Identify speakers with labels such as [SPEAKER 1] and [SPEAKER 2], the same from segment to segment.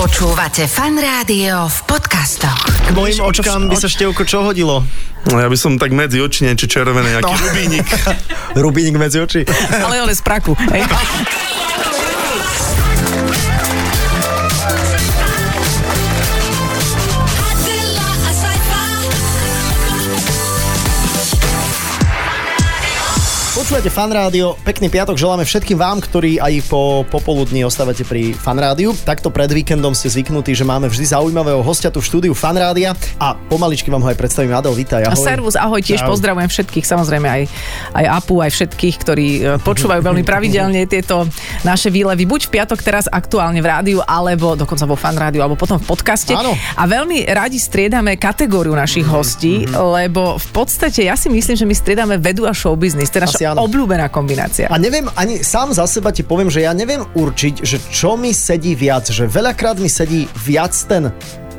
[SPEAKER 1] Počúvate fan rádio v podcastoch.
[SPEAKER 2] K mojim očkám by sa Števko čo hodilo?
[SPEAKER 3] No ja by som tak medzi oči niečo červené, aký no. rubínik.
[SPEAKER 2] Rubínik medzi oči.
[SPEAKER 4] Ale on je z praku. Hej.
[SPEAKER 2] Počúvate Fan Rádio, pekný piatok želáme všetkým vám, ktorí aj po popoludní ostávate pri Fan Rádiu. Takto pred víkendom ste zvyknutí, že máme vždy zaujímavého hostia tu v štúdiu Fan Rádia a pomaličky vám ho aj predstavím. Adel, vítaj,
[SPEAKER 4] A
[SPEAKER 2] ahoj.
[SPEAKER 4] servus, ahoj, tiež
[SPEAKER 2] Čau.
[SPEAKER 4] pozdravujem všetkých, samozrejme aj, aj Apu, aj všetkých, ktorí e, počúvajú veľmi pravidelne tieto naše výlevy, buď v piatok teraz aktuálne v rádiu, alebo dokonca vo fan rádiu, alebo potom v podcaste.
[SPEAKER 2] Áno. Mhm,
[SPEAKER 4] A veľmi radi striedame kategóriu našich hostí, lebo v podstate ja si myslím, že my striedame vedu a showbiznis, to je
[SPEAKER 2] Asi
[SPEAKER 4] naša
[SPEAKER 2] áno.
[SPEAKER 4] obľúbená kombinácia.
[SPEAKER 2] A neviem, ani sám za seba ti poviem, že ja neviem určiť, že čo mi sedí viac, že veľakrát mi sedí viac ten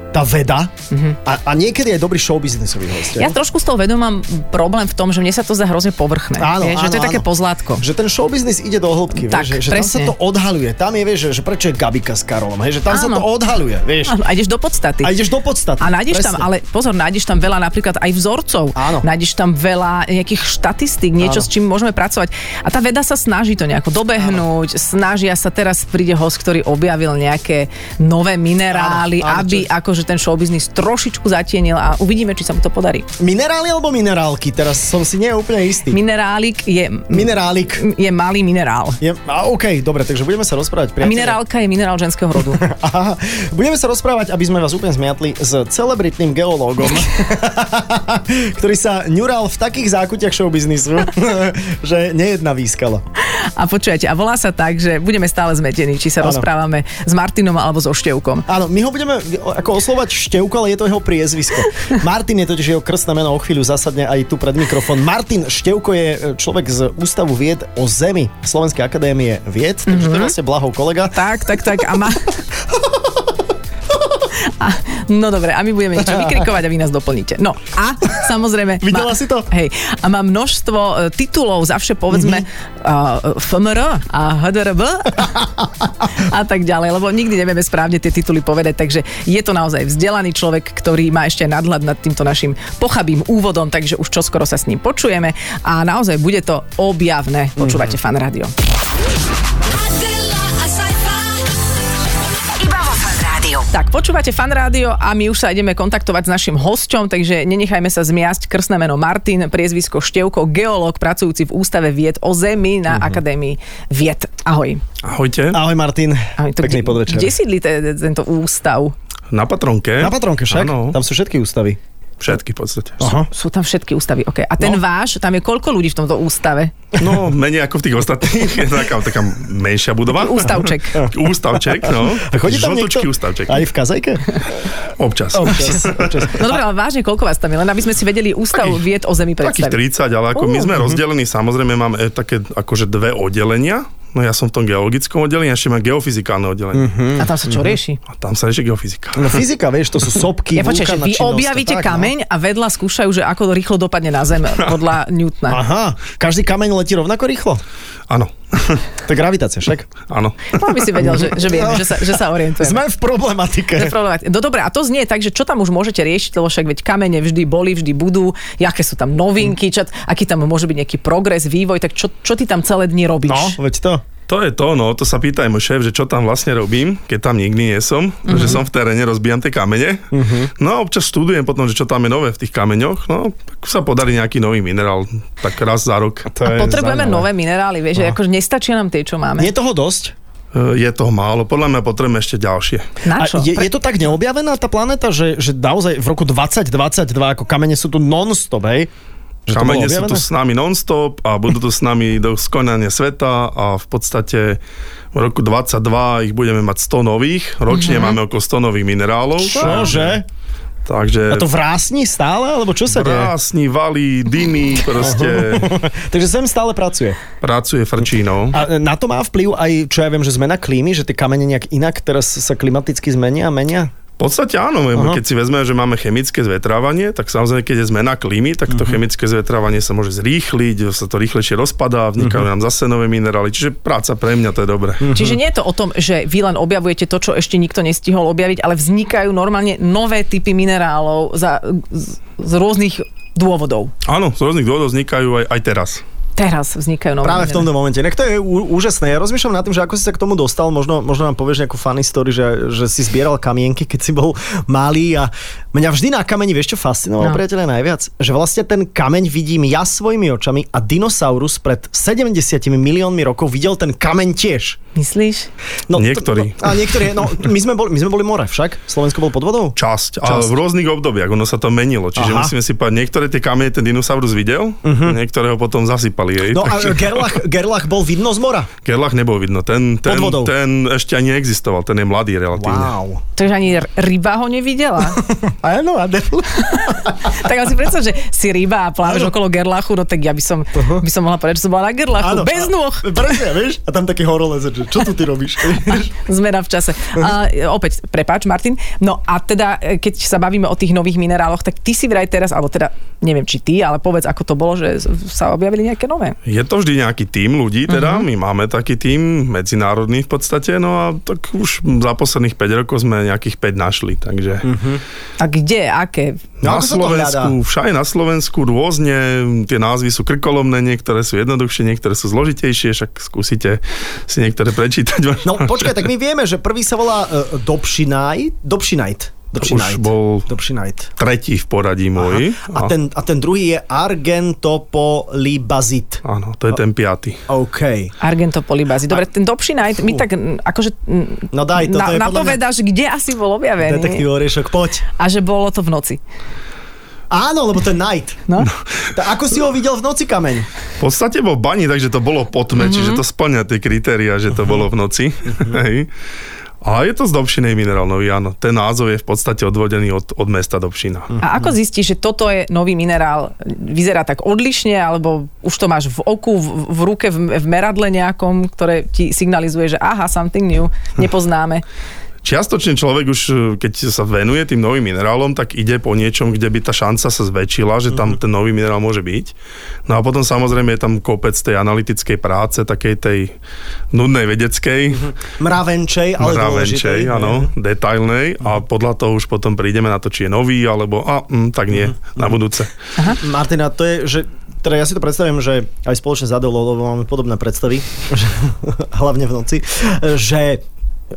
[SPEAKER 2] tá veda mm-hmm. a, a niekedy aj dobrý showbiznisový host.
[SPEAKER 4] Mhm. Ja
[SPEAKER 2] jo?
[SPEAKER 4] trošku s tou vedou mám problém v tom, že mne sa to zdá hrozne povrchné.
[SPEAKER 2] Áno,
[SPEAKER 4] vieš, že
[SPEAKER 2] áno,
[SPEAKER 4] to je také
[SPEAKER 2] áno.
[SPEAKER 4] pozlátko.
[SPEAKER 2] Že ten showbiznis ide do hĺbky,
[SPEAKER 4] Tak,
[SPEAKER 2] vieš, že, že tam sa
[SPEAKER 4] presne.
[SPEAKER 2] to odhaľuje. Tam je, vieš, že, že prečo je Gabika s Karolom, hej, že tam sa
[SPEAKER 4] Áno.
[SPEAKER 2] to odhaľuje, vieš.
[SPEAKER 4] Áno, A ideš do podstaty.
[SPEAKER 2] A ideš do podstaty.
[SPEAKER 4] A nájdeš tam, ale pozor, nájdeš tam veľa napríklad aj vzorcov.
[SPEAKER 2] Áno.
[SPEAKER 4] Nájdeš tam veľa nejakých štatistík, niečo,
[SPEAKER 2] Áno.
[SPEAKER 4] s čím môžeme pracovať. A tá veda sa snaží to nejako dobehnúť, áno. snažia sa, teraz príde host, ktorý objavil nejaké nové minerály,
[SPEAKER 2] Áno, áno,
[SPEAKER 4] aby
[SPEAKER 2] čo-
[SPEAKER 4] akože ten showbiznis trošičku zatienil a uvidíme, či sa mu to podarí.
[SPEAKER 2] Minerály alebo minerálky? Teraz som si nie úplne istý. Min-
[SPEAKER 4] Minerálik je,
[SPEAKER 2] Minerálik.
[SPEAKER 4] je malý minerál.
[SPEAKER 2] Je, a OK, dobre, takže budeme sa rozprávať
[SPEAKER 4] A
[SPEAKER 2] priatelia.
[SPEAKER 4] minerálka je minerál ženského rodu.
[SPEAKER 2] Aha, budeme sa rozprávať, aby sme vás úplne zmiatli s celebritným geológom, ktorý sa ňural v takých zákutiach showbiznisu, že nejedna výskala.
[SPEAKER 4] A počujete, a volá sa tak, že budeme stále zmetení, či sa
[SPEAKER 2] Áno.
[SPEAKER 4] rozprávame s Martinom alebo so Števkom.
[SPEAKER 2] Áno, my ho budeme ako oslovať Števko, ale je to jeho priezvisko. Martin je totiž jeho krstné meno, o chvíľu zasadne aj tu pred mikrofón. Martin Števko je e, človek z Ústavu vied o zemi Slovenskej akadémie vied, takže to je vlastne blahov kolega.
[SPEAKER 4] Mhm. Tak, tak, tak. A má... A, no dobre, a my budeme niečo vykrikovať a vy nás doplníte. No a samozrejme...
[SPEAKER 2] Videla si to?
[SPEAKER 4] Hej, a má množstvo e, titulov, za vše povedzme
[SPEAKER 2] Mhm.
[SPEAKER 4] mm-hmm. uh, FMR a HDRB a tak ďalej, lebo nikdy nevieme správne tie tituly povedať, takže je to naozaj vzdelaný človek, ktorý má ešte aj nadhľad nad týmto našim pochabým úvodom, takže už čoskoro sa s ním počujeme a naozaj bude to objavné.
[SPEAKER 2] Mhm.
[SPEAKER 4] Počúvate Fan Radio.
[SPEAKER 5] Adela,
[SPEAKER 1] Iba vo fan rádiu.
[SPEAKER 4] Tak, počúvate fan rádio a my už sa ideme kontaktovať s našim hosťom, takže nenechajme sa zmiasť krstné meno Martin, priezvisko Števko, geológ pracujúci v Ústave vied o zemi
[SPEAKER 2] Mhm.
[SPEAKER 4] na Akadémii vied. Ahoj.
[SPEAKER 3] Ahojte.
[SPEAKER 2] Ahoj Martin,
[SPEAKER 4] Ahoj to
[SPEAKER 2] pekný
[SPEAKER 4] kde-
[SPEAKER 2] podvečer.
[SPEAKER 4] Kde sídli te, tento ústav?
[SPEAKER 3] Na patronke.
[SPEAKER 2] Na patronke však,
[SPEAKER 3] Áno,
[SPEAKER 2] tam sú všetky ústavy.
[SPEAKER 3] všetky v podstate.
[SPEAKER 4] Sú tam všetky ústavy, OK. A ten
[SPEAKER 2] No.
[SPEAKER 4] no. váš, tam je koľko ľudí v tomto ústave?
[SPEAKER 3] No, menej ako v tých ostatných. Je taká, taká menšia budova.
[SPEAKER 4] Ústavček.
[SPEAKER 3] Ústavček, no.
[SPEAKER 2] A chodí tam
[SPEAKER 3] Žltočky
[SPEAKER 2] niekto
[SPEAKER 3] ústavček.
[SPEAKER 2] aj v kazajke?
[SPEAKER 3] Občas.
[SPEAKER 2] Občas, občas.
[SPEAKER 4] No dobre, ale vážne, koľko vás tam je? Len aby sme si vedeli ústav
[SPEAKER 3] Takých-
[SPEAKER 4] vied o zemi
[SPEAKER 3] Takých
[SPEAKER 4] predstaviť.
[SPEAKER 3] 30, ale ako my
[SPEAKER 4] Ó.
[SPEAKER 3] sme rozdelení, samozrejme máme e, také akože dve oddelenia. No ja som v tom geologickom oddelení, ešte mám geofyzikálne oddelenie.
[SPEAKER 2] Mhm.
[SPEAKER 4] A tam sa čo rieši?
[SPEAKER 3] A tam sa ešte geofyzika.
[SPEAKER 2] No fyzika, vieš, to sú sopky,
[SPEAKER 4] Ja počkaj, že
[SPEAKER 2] vulkánna
[SPEAKER 4] vy
[SPEAKER 2] činnosť,
[SPEAKER 4] objavíte
[SPEAKER 2] tak, no.
[SPEAKER 4] kameň a vedľa skúšajú, že ako rýchlo dopadne na zem podľa Newtona.
[SPEAKER 2] Aha, každý kameň letí rovnako rýchlo.
[SPEAKER 3] Áno,
[SPEAKER 2] To je gravitácia, však?
[SPEAKER 3] áno.
[SPEAKER 4] To by si vedel, že, že vieme, že sa, že sa orientujeme.
[SPEAKER 2] Sme v problematike.
[SPEAKER 4] Neproblemat- No dobre, a to znie tak, že čo tam už môžete riešiť, lebo však veď kamene vždy boli, vždy budú, aké sú tam novinky, čo, aký tam môže byť nejaký progres, vývoj, tak čo, čo ty tam celé dni robíš?
[SPEAKER 2] No, Veď to.
[SPEAKER 3] To je to, no, to sa pýta aj môj šéf, že čo tam vlastne robím, keď tam nikdy nie
[SPEAKER 2] Mhm.
[SPEAKER 3] som, mm-hmm. že som v teréne, rozbijam tie kamene. Mm-hmm. No a občas študujem potom, že čo tam je nové v tých kameňoch, no, tak sa podarí nejaký nový minerál, tak raz za rok.
[SPEAKER 2] To je
[SPEAKER 4] Potrebujeme
[SPEAKER 2] zaujímavé. No.
[SPEAKER 4] nové minerály, vieš, že akože nestačia nám tie, čo máme.
[SPEAKER 2] Je toho dosť?
[SPEAKER 3] E, Je toho málo, podľa mňa potrebujeme ešte ďalšie.
[SPEAKER 4] Na
[SPEAKER 2] A
[SPEAKER 4] čo?
[SPEAKER 2] je,
[SPEAKER 4] Pre-
[SPEAKER 2] je to tak neobjavená tá planéta, že, že naozaj v roku 2022 ako kamene sú tu non-stop, hej? Že to bolo
[SPEAKER 3] Kamene sú
[SPEAKER 2] objavené?
[SPEAKER 3] tu s nami non-stop a budú tu s nami do skonania sveta a v podstate v roku 22 ich budeme mať 100 nových, ročne máme okolo 100 nových minerálov.
[SPEAKER 2] Mhm. Čože? A
[SPEAKER 3] Takže...
[SPEAKER 2] to vrásni stále? Alebo čo sa deje?
[SPEAKER 3] Krásni, valí, dymy, proste
[SPEAKER 2] Takže sem stále pracuje.
[SPEAKER 3] pracuje frčínou.
[SPEAKER 2] A e, na to má vplyv aj, čo ja viem, že zmena klímy, že tie kamene nejak inak teraz sa klimaticky zmenia a menia?
[SPEAKER 3] V podstate áno,
[SPEAKER 2] Aha.
[SPEAKER 3] Aha. keď si vezme, že máme chemické zvetrávanie, tak samozrejme, keď je zmena klímy, tak to
[SPEAKER 2] Mhm.
[SPEAKER 3] chemické zvetrávanie sa môže zrýchliť, sa to rýchlejšie rozpadá, vnikajú
[SPEAKER 2] Mhm.
[SPEAKER 3] nám zase nové minerály, čiže práca pre mňa to je dobré.
[SPEAKER 4] Čiže nie je to o tom, že vy len objavujete to, čo ešte nikto nestihol objaviť, ale vznikajú normálne nové typy minerálov za, z, z rôznych dôvodov.
[SPEAKER 3] Áno, z rôznych dôvodov vznikajú aj, aj teraz.
[SPEAKER 4] Teraz vznikajú nové
[SPEAKER 2] Práve v
[SPEAKER 4] minerály.
[SPEAKER 2] tomto momente. Inak to je ú- úžasné. Ja rozmýšľam nad tým, že ako si sa k tomu dostal. Možno, možno nám povieš nejakú funny story, že, že si zbieral kamienky, keď si bol malý a mňa vždy na kameni, vieš čo fascinovalo,
[SPEAKER 4] No.
[SPEAKER 2] no. priateľe, najviac? Že vlastne ten kameň vidím ja svojimi očami a dinosaurus pred 70 miliónmi rokov videl ten kameň tiež.
[SPEAKER 4] Myslíš?
[SPEAKER 2] No,
[SPEAKER 3] Niektorí.
[SPEAKER 2] To, a niektorí, no my sme, boli, my sme boli more však. Slovensko bol pod vodou?
[SPEAKER 3] Časť, ale
[SPEAKER 2] Časť.
[SPEAKER 3] v rôznych obdobiach, ono sa to menilo, čiže
[SPEAKER 2] Aha. Mhm.
[SPEAKER 3] Aha. musíme si povedať, niektoré tie kamene ten dinosaurus videl, uh-huh. niektoré ho potom zasypali. Jej,
[SPEAKER 2] No a
[SPEAKER 3] takže-
[SPEAKER 2] Gerlach, Gerlach bol vidno z mora.
[SPEAKER 3] Gerlach nebol vidno, ten, ten,
[SPEAKER 2] Pod vodou.
[SPEAKER 3] ten ešte ani neexistoval, ten je mladý relatívne.
[SPEAKER 2] Wow.
[SPEAKER 4] Takže ani r- ryba ho nevidela.
[SPEAKER 2] Áno, a
[SPEAKER 4] tak ale si predstav, že si ryba a plávaš okolo Gerlachu, no tak ja by som, by som mohla povedať, že som bola na Gerlachu. Bez
[SPEAKER 2] a-
[SPEAKER 4] nôh.
[SPEAKER 2] Presne, vieš? A tam taký horolez, že čo tu ty robíš?
[SPEAKER 4] Zmena v čase. A, e, opäť, prepáč, Martin. No a teda, e, keď sa bavíme o tých nových mineráloch, tak ty si vraj teraz, alebo teda, neviem či ty, ale povedz, ako to bolo, že s- sa objavili nejaké nové.
[SPEAKER 3] Je to vždy nejaký tím ľudí,
[SPEAKER 2] Mhm.
[SPEAKER 3] teda uh-huh. my máme taký tím medzinárodný v podstate, no a tak už za posledných 5 rokov sme nejakých 5 našli, takže uh-huh.
[SPEAKER 4] A kde, aké?
[SPEAKER 2] Mhm. No, ako sa
[SPEAKER 3] na
[SPEAKER 2] to
[SPEAKER 3] Slovensku, všade na Slovensku rôzne, tie názvy sú krkolomné, niektoré sú jednoduchšie, niektoré sú zložitejšie, však skúsite si niektoré prečítať.
[SPEAKER 2] No počkaj, tak my vieme, že prvý sa volá uh, Dobšinaj. Dobšinajt. Dobšinajt.
[SPEAKER 3] bol-
[SPEAKER 2] Dobšinajt.
[SPEAKER 3] Tretí v poradí môj.
[SPEAKER 2] A ten, a ten druhý je Argentopolibazit.
[SPEAKER 3] Áno, to je ten piaty.
[SPEAKER 2] OK.
[SPEAKER 4] Argentopolibazy. Dobre, ten Dobší Night, my tak m, akože m,
[SPEAKER 2] No daj, toto je podľa mňa-
[SPEAKER 4] napovedáš, kde asi bol objavený.
[SPEAKER 2] Detektív Oriešok, poď.
[SPEAKER 4] A že bolo to v noci.
[SPEAKER 2] Áno, lebo ten Night.
[SPEAKER 4] No?
[SPEAKER 2] Ta, ako si ho videl v noci kameň?
[SPEAKER 3] V podstate bol v bani, takže to bolo po tme, čiže to splňa tie kritéria, že to bolo v noci. Hej. A je to z Dobšinej minerálnovi, áno. Ten názov je v podstate odvodený od, od mesta Dobšina.
[SPEAKER 4] A
[SPEAKER 2] Mhm.
[SPEAKER 4] ako zistíš, že toto je nový minerál? Vyzerá tak odlišne, alebo už to máš v oku, v, v ruke, v, v meradle nejakom, ktoré ti signalizuje, že aha, something new, nepoznáme.
[SPEAKER 3] Čiastočne človek už, e, keď sa venuje tým novým minerálom, tak ide po niečom, kde by tá šanca sa zväčšila, že tam ten nový minerál môže byť. No a potom samozrejme je tam kopec tej analytickej práce, takej tej nudnej vedeckej,
[SPEAKER 2] Mravenčej, ale Mhm. dôležitej.
[SPEAKER 3] mravenčej, áno, detailnej a podľa toho už potom prídeme na to, či je nový, alebo a, mm, tak
[SPEAKER 2] Mhm.
[SPEAKER 3] nie, na budúce.
[SPEAKER 2] Martina, to je, že teda ja si to predstavím, že aj spoločne s Adolou, lebo máme podobné predstavy, že, hlavne v noci, že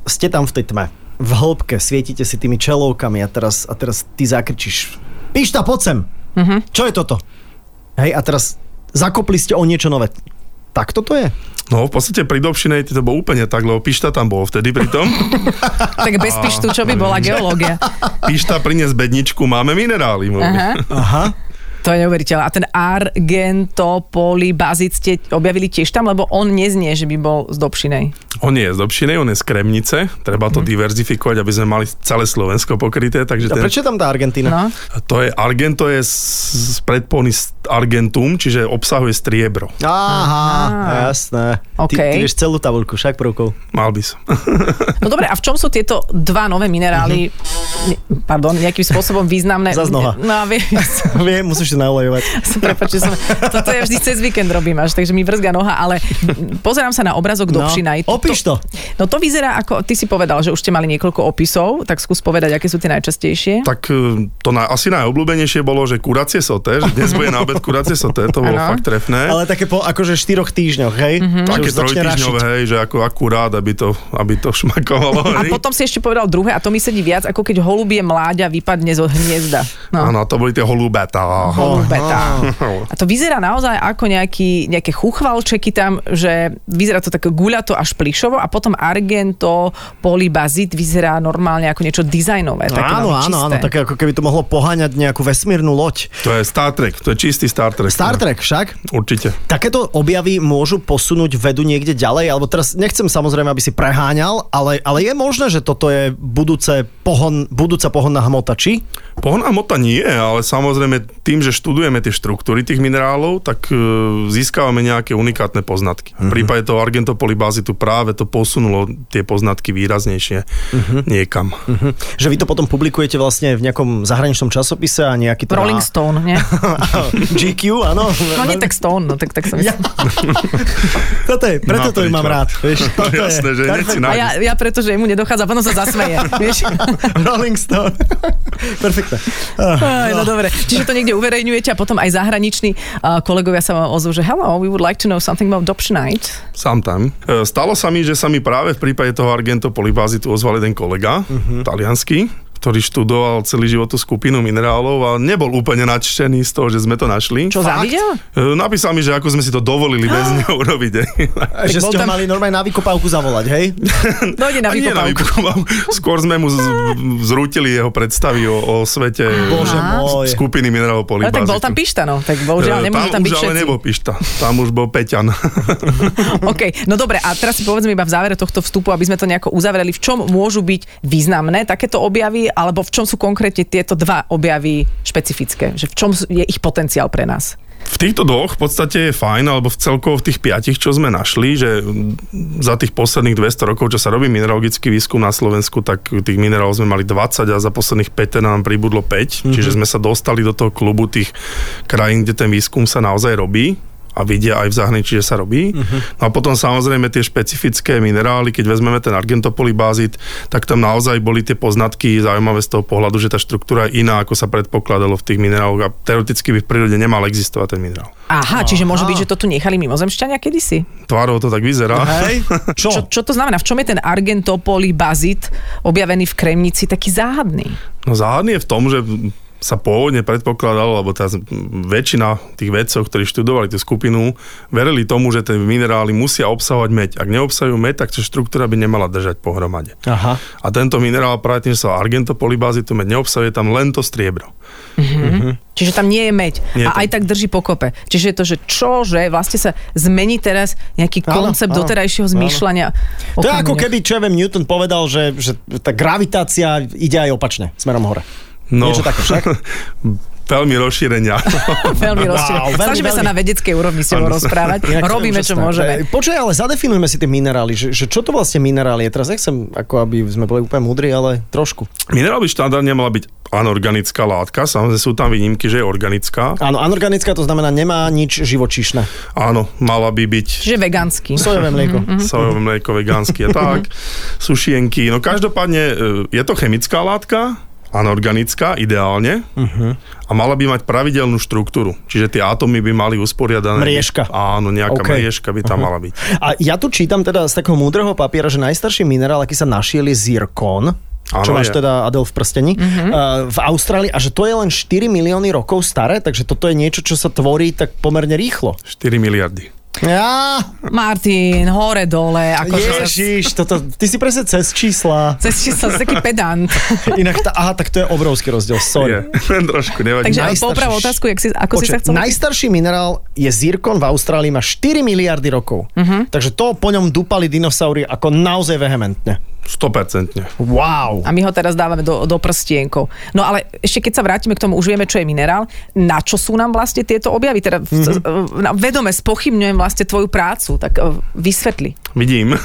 [SPEAKER 2] ste tam v tej tme, v hĺbke, svietite si tými čelovkami a teraz, a teraz ty zakričíš, Pišta, poď sem! Čo je toto? Hej, a teraz zakopli ste o niečo nové. Tak toto je?
[SPEAKER 3] No v podstate pri Dobšinej to bolo úplne tak, lebo Pišta tam bol vtedy pri tom.
[SPEAKER 4] Tak bez pištu, čo by bola geológia?
[SPEAKER 3] Pišta prinies bedničku, máme minerály. Aha.
[SPEAKER 4] Aha,
[SPEAKER 2] Aha.
[SPEAKER 4] to je neuveriteľné. A ten argentopolibazit ste objavili tiež tam, lebo on neznie, že by bol z Dobšinej.
[SPEAKER 3] On nie je z Dobšinej, on je z Kremnice. Treba to diverzifikovať, aby sme mali celé Slovensko pokryté.
[SPEAKER 2] Mhm.
[SPEAKER 3] Takže
[SPEAKER 2] A
[SPEAKER 3] ten,
[SPEAKER 2] prečo je tam tá Argentina?
[SPEAKER 4] No.
[SPEAKER 3] to je Argento je z z predpony s- Argentum, čiže obsahuje striebro.
[SPEAKER 2] Aha, jasné. Ty,
[SPEAKER 4] Okej.
[SPEAKER 2] ty vieš celú tabuľku, však prvkov.
[SPEAKER 3] Mal by som.
[SPEAKER 4] No dobre, a v čom sú tieto dva nové minerály, ne, pardon, nejakým spôsobom
[SPEAKER 2] Mhm.
[SPEAKER 4] významné?
[SPEAKER 2] Zas noha.
[SPEAKER 4] No a vieš,
[SPEAKER 2] Viem, musíš to naolejovať.
[SPEAKER 4] som prepáč, že som, toto ja vždy cez víkend robím až, takže mi vrzga noha, ale pozerám sa na obrazok
[SPEAKER 2] No,
[SPEAKER 4] do Dobšinaj.
[SPEAKER 2] opíš to.
[SPEAKER 4] No to vyzerá ako, ty si povedal, že už ste mali niekoľko opisov, tak skús povedať, aké sú tie najčastejšie.
[SPEAKER 3] Tak e, to na, asi najobľúbenejšie bolo, že kuracie soté, že dnes bude na obed kuracie soté, to bolo
[SPEAKER 4] Áno.
[SPEAKER 3] fakt trefné.
[SPEAKER 2] Ale také po akože štyroch týždňoch, hej? Mm-hmm.
[SPEAKER 3] Také trojtyžňové, hej, že ako akurát, aby to, aby to šmakovalo.
[SPEAKER 4] A
[SPEAKER 3] hej.
[SPEAKER 4] potom si ešte povedal druhé, a to mi sedí viac, ako keď holubie mláďa vypadne zo hniezda. No,
[SPEAKER 3] Áno, to boli tie No, holubetá.
[SPEAKER 4] holubeta. A to vyzerá naozaj ako nejaký, nejaké chuchvalčeky tam, že vyzerá to také guľato až plišovo a potom argento, polibazit vyzerá normálne ako niečo dizajnové. Také
[SPEAKER 2] Áno,
[SPEAKER 4] veľmi
[SPEAKER 2] áno,
[SPEAKER 4] čisté.
[SPEAKER 2] áno, tak ako keby to mohlo poháňať nejakú vesmírnu loď.
[SPEAKER 3] To je Star Trek, to je čistý Star Trek. no,
[SPEAKER 2] Star Trek však,
[SPEAKER 3] Určite.
[SPEAKER 2] takéto objavy môžu posunúť vedu niekde ďalej, alebo teraz nechcem samozrejme, aby si preháňal, ale, ale je možné, že toto je budúce pohon, budúca pohonná hmota, či?
[SPEAKER 3] Pohná mota nie, ale samozrejme tým, že študujeme tie štruktúry tých minerálov, tak e, získavame nejaké unikátne
[SPEAKER 2] Mhm.
[SPEAKER 3] poznatky. V prípade toho argentopolibázitu práve to posunulo tie poznatky výraznejšie
[SPEAKER 2] Mhm.
[SPEAKER 3] niekam.
[SPEAKER 2] Že vy to potom publikujete vlastne v nejakom zahraničnom časopise a nejaký to
[SPEAKER 4] Rolling
[SPEAKER 2] má-
[SPEAKER 4] Stone, nie?
[SPEAKER 2] GQ, áno.
[SPEAKER 4] No nie tak Stone, no tak, tak som
[SPEAKER 2] Ja.
[SPEAKER 4] ja.
[SPEAKER 2] Toto je, preto to im mám rád.
[SPEAKER 3] Napríklad.
[SPEAKER 2] Vieš, toto je.
[SPEAKER 3] No, Jasné, že hneď si
[SPEAKER 4] A
[SPEAKER 3] nájdeš.
[SPEAKER 4] ja, ja preto, že mu nedochádza, potom sa zasmeje, vieš?
[SPEAKER 2] Rolling Stone. Perfektne.
[SPEAKER 4] Aj, no dobre, čiže to niekde uverejňujete a potom aj zahraniční uh, kolegovia sa vám ozvú, že hello, we would like to know something about Adoption Night.
[SPEAKER 3] Sám tam. E, Stalo sa mi, že sa mi práve v prípade toho argentopolibázitu ozval jeden kolega,
[SPEAKER 2] Mhm.
[SPEAKER 3] uh-huh. talianský, ktorý študoval celý život tú skupinu minerálov a nebol úplne nadšený z toho, že sme to našli.
[SPEAKER 4] Čo, závidel?
[SPEAKER 3] E, Napísal mi, že ako sme si to dovolili bez neho urobiť.
[SPEAKER 2] Že
[SPEAKER 4] bol
[SPEAKER 2] ste ho
[SPEAKER 4] tam-
[SPEAKER 2] mali normálne na vykopávku zavolať, hej?
[SPEAKER 4] Dojde No, na
[SPEAKER 3] A nie
[SPEAKER 4] vykopávku.
[SPEAKER 3] vykopávku. Skôr sme mu z- zrútili jeho predstavy o, o svete
[SPEAKER 2] Bože môj.
[SPEAKER 3] skupiny minerálov
[SPEAKER 4] No tak bol tam Pišta, no. Tak
[SPEAKER 3] E,
[SPEAKER 4] bohužiaľ,
[SPEAKER 3] tam
[SPEAKER 4] nemôžu tam byť
[SPEAKER 3] už ale
[SPEAKER 4] všetci.
[SPEAKER 3] nebol Pišta, tam už bol Peťan.
[SPEAKER 4] OK, no dobre, a teraz si povedzme iba v závere tohto vstupu, aby sme to nejako uzavreli, v čom môžu byť významné takéto objavy, alebo v čom sú konkrétne tieto dva objavy špecifické, že v čom sú- je ich potenciál pre nás.
[SPEAKER 3] V týchto dvoch v podstate je fajn, alebo v celkovo v tých piatich, čo sme našli, že mm, za tých posledných 200 rokov, čo sa robí mineralogický výskum na Slovensku, tak tých minerálov sme mali 20 a za posledných 5 teda nám pribudlo 5, mm-hmm. čiže sme sa dostali do toho klubu tých krajín, kde ten výskum sa naozaj robí a vidia aj v zahraničí, že sa robí. Uh-huh. No a potom samozrejme tie špecifické minerály, keď vezmeme ten argentopolibázit, tak tam naozaj boli tie poznatky zaujímavé z toho pohľadu, že tá štruktúra je iná, ako sa predpokladalo v tých mineráloch a teoreticky by v prírode nemal existovať ten minerál.
[SPEAKER 4] Aha, čiže môže byť, že to tu nechali mimozemšťania kedysi.
[SPEAKER 3] Tvárovo to tak vyzerá.
[SPEAKER 2] No Hej? Čo?
[SPEAKER 4] Čo, čo to znamená? V čom je ten argentopoli bazit objavený v Kremnici taký záhadný?
[SPEAKER 3] No záhadný je v tom, že sa pôvodne predpokladalo, alebo tá z- väčšina tých vedcov, ktorí študovali tú skupinu, verili tomu, že tie minerály musia obsahovať meď. Ak neobsahujú meď, tak tá štruktúra by nemala držať pohromade.
[SPEAKER 2] Aha.
[SPEAKER 3] A tento minerál práve tým, že sa argentopolibázy tu meď neobsahuje, tam len to striebro.
[SPEAKER 4] Čiže tam nie je meď
[SPEAKER 3] Nie je
[SPEAKER 4] a
[SPEAKER 3] tam.
[SPEAKER 4] aj tak drží pokope. Čiže je to, že čo, že vlastne sa zmení teraz nejaký
[SPEAKER 2] Áno,
[SPEAKER 4] koncept
[SPEAKER 2] áno,
[SPEAKER 4] doterajšieho zmýšľania. o
[SPEAKER 2] To je ako
[SPEAKER 4] kameňoch.
[SPEAKER 2] keby, čo ja viem, Newton povedal, že, že tá gravitácia ide aj opačne, smerom hore.
[SPEAKER 3] No,
[SPEAKER 2] Niečo také však?
[SPEAKER 3] veľmi rozšírenia.
[SPEAKER 4] Veľmi
[SPEAKER 2] Wow,
[SPEAKER 4] rozčílené.
[SPEAKER 2] veľmi,
[SPEAKER 4] Snažíme sa
[SPEAKER 2] veľmi.
[SPEAKER 4] na vedeckej úrovni s tebou
[SPEAKER 3] Áno.
[SPEAKER 4] rozprávať.
[SPEAKER 2] Inak to je
[SPEAKER 4] Robíme, čo
[SPEAKER 2] úžasné.
[SPEAKER 4] môžeme.
[SPEAKER 2] E, Počkaj, ale zadefinujme si tie minerály, že, že čo to vlastne minerál je. Teraz nechcem, ako aby sme boli úplne múdri, ale trošku.
[SPEAKER 3] Minerál by štandardne mala byť anorganická látka, samozrejme sú tam výnimky, že je organická.
[SPEAKER 2] Áno, anorganická to znamená nemá nič živočíšne.
[SPEAKER 3] Áno, mala by byť
[SPEAKER 4] Čiže vegánsky.
[SPEAKER 2] Sojové mlieko.
[SPEAKER 3] sojové mlieko, vegánsky a tak, sušienky. No každopádne e, je to chemická látka, anorganická, ideálne,
[SPEAKER 2] Mhm.
[SPEAKER 3] uh-huh. a mala by mať pravidelnú štruktúru. Čiže tie atómy by mali usporiadané.
[SPEAKER 2] Mriežka.
[SPEAKER 3] Áno, nejaká
[SPEAKER 2] OK. Mhm.
[SPEAKER 3] okay. mriežka by tam uh-huh. mala byť.
[SPEAKER 2] A ja tu čítam teda z takého múdreho papiera, že najstarší minerál, aký sa našiel, je zirkon.
[SPEAKER 3] Áno,
[SPEAKER 2] čo máš
[SPEAKER 3] je.
[SPEAKER 2] teda Adel v prstení,
[SPEAKER 4] Mhm.
[SPEAKER 2] uh, v Austrálii, a že to je len 4 milióny rokov staré, takže toto je niečo, čo sa tvorí tak pomerne rýchlo.
[SPEAKER 3] 4 miliardy.
[SPEAKER 2] Ja,
[SPEAKER 4] Martin, hore, dole, akože sa-
[SPEAKER 2] ježiš, toto, ty si presne cez čísla.
[SPEAKER 4] cez čísla, si taký pedant.
[SPEAKER 2] Inak, tá, aha, tak to je obrovský rozdiel, sorry.
[SPEAKER 3] Je, trošku nevadí.
[SPEAKER 4] Takže
[SPEAKER 2] Najstarší-
[SPEAKER 4] poprav otázku, jak si, ako si sa
[SPEAKER 2] Počkaj,
[SPEAKER 4] chcel...
[SPEAKER 2] najstarší minerál je zirkon v Austrálii, má 4 miliardy rokov. Uh-huh.
[SPEAKER 4] Mhm.
[SPEAKER 2] Takže to po ňom dupali dinosaury ako naozaj vehementne.
[SPEAKER 3] 100%.
[SPEAKER 2] Wow.
[SPEAKER 4] A my ho teraz dávame do, do prstienkov. No ale ešte keď sa vrátime k tomu, už vieme, čo je minerál, na čo sú nám vlastne tieto objavy? Teda
[SPEAKER 2] Mhm.
[SPEAKER 4] mm-hmm. na, vedome spochybňujem vlastne tvoju prácu, tak eh, vysvetli.
[SPEAKER 3] Vidím.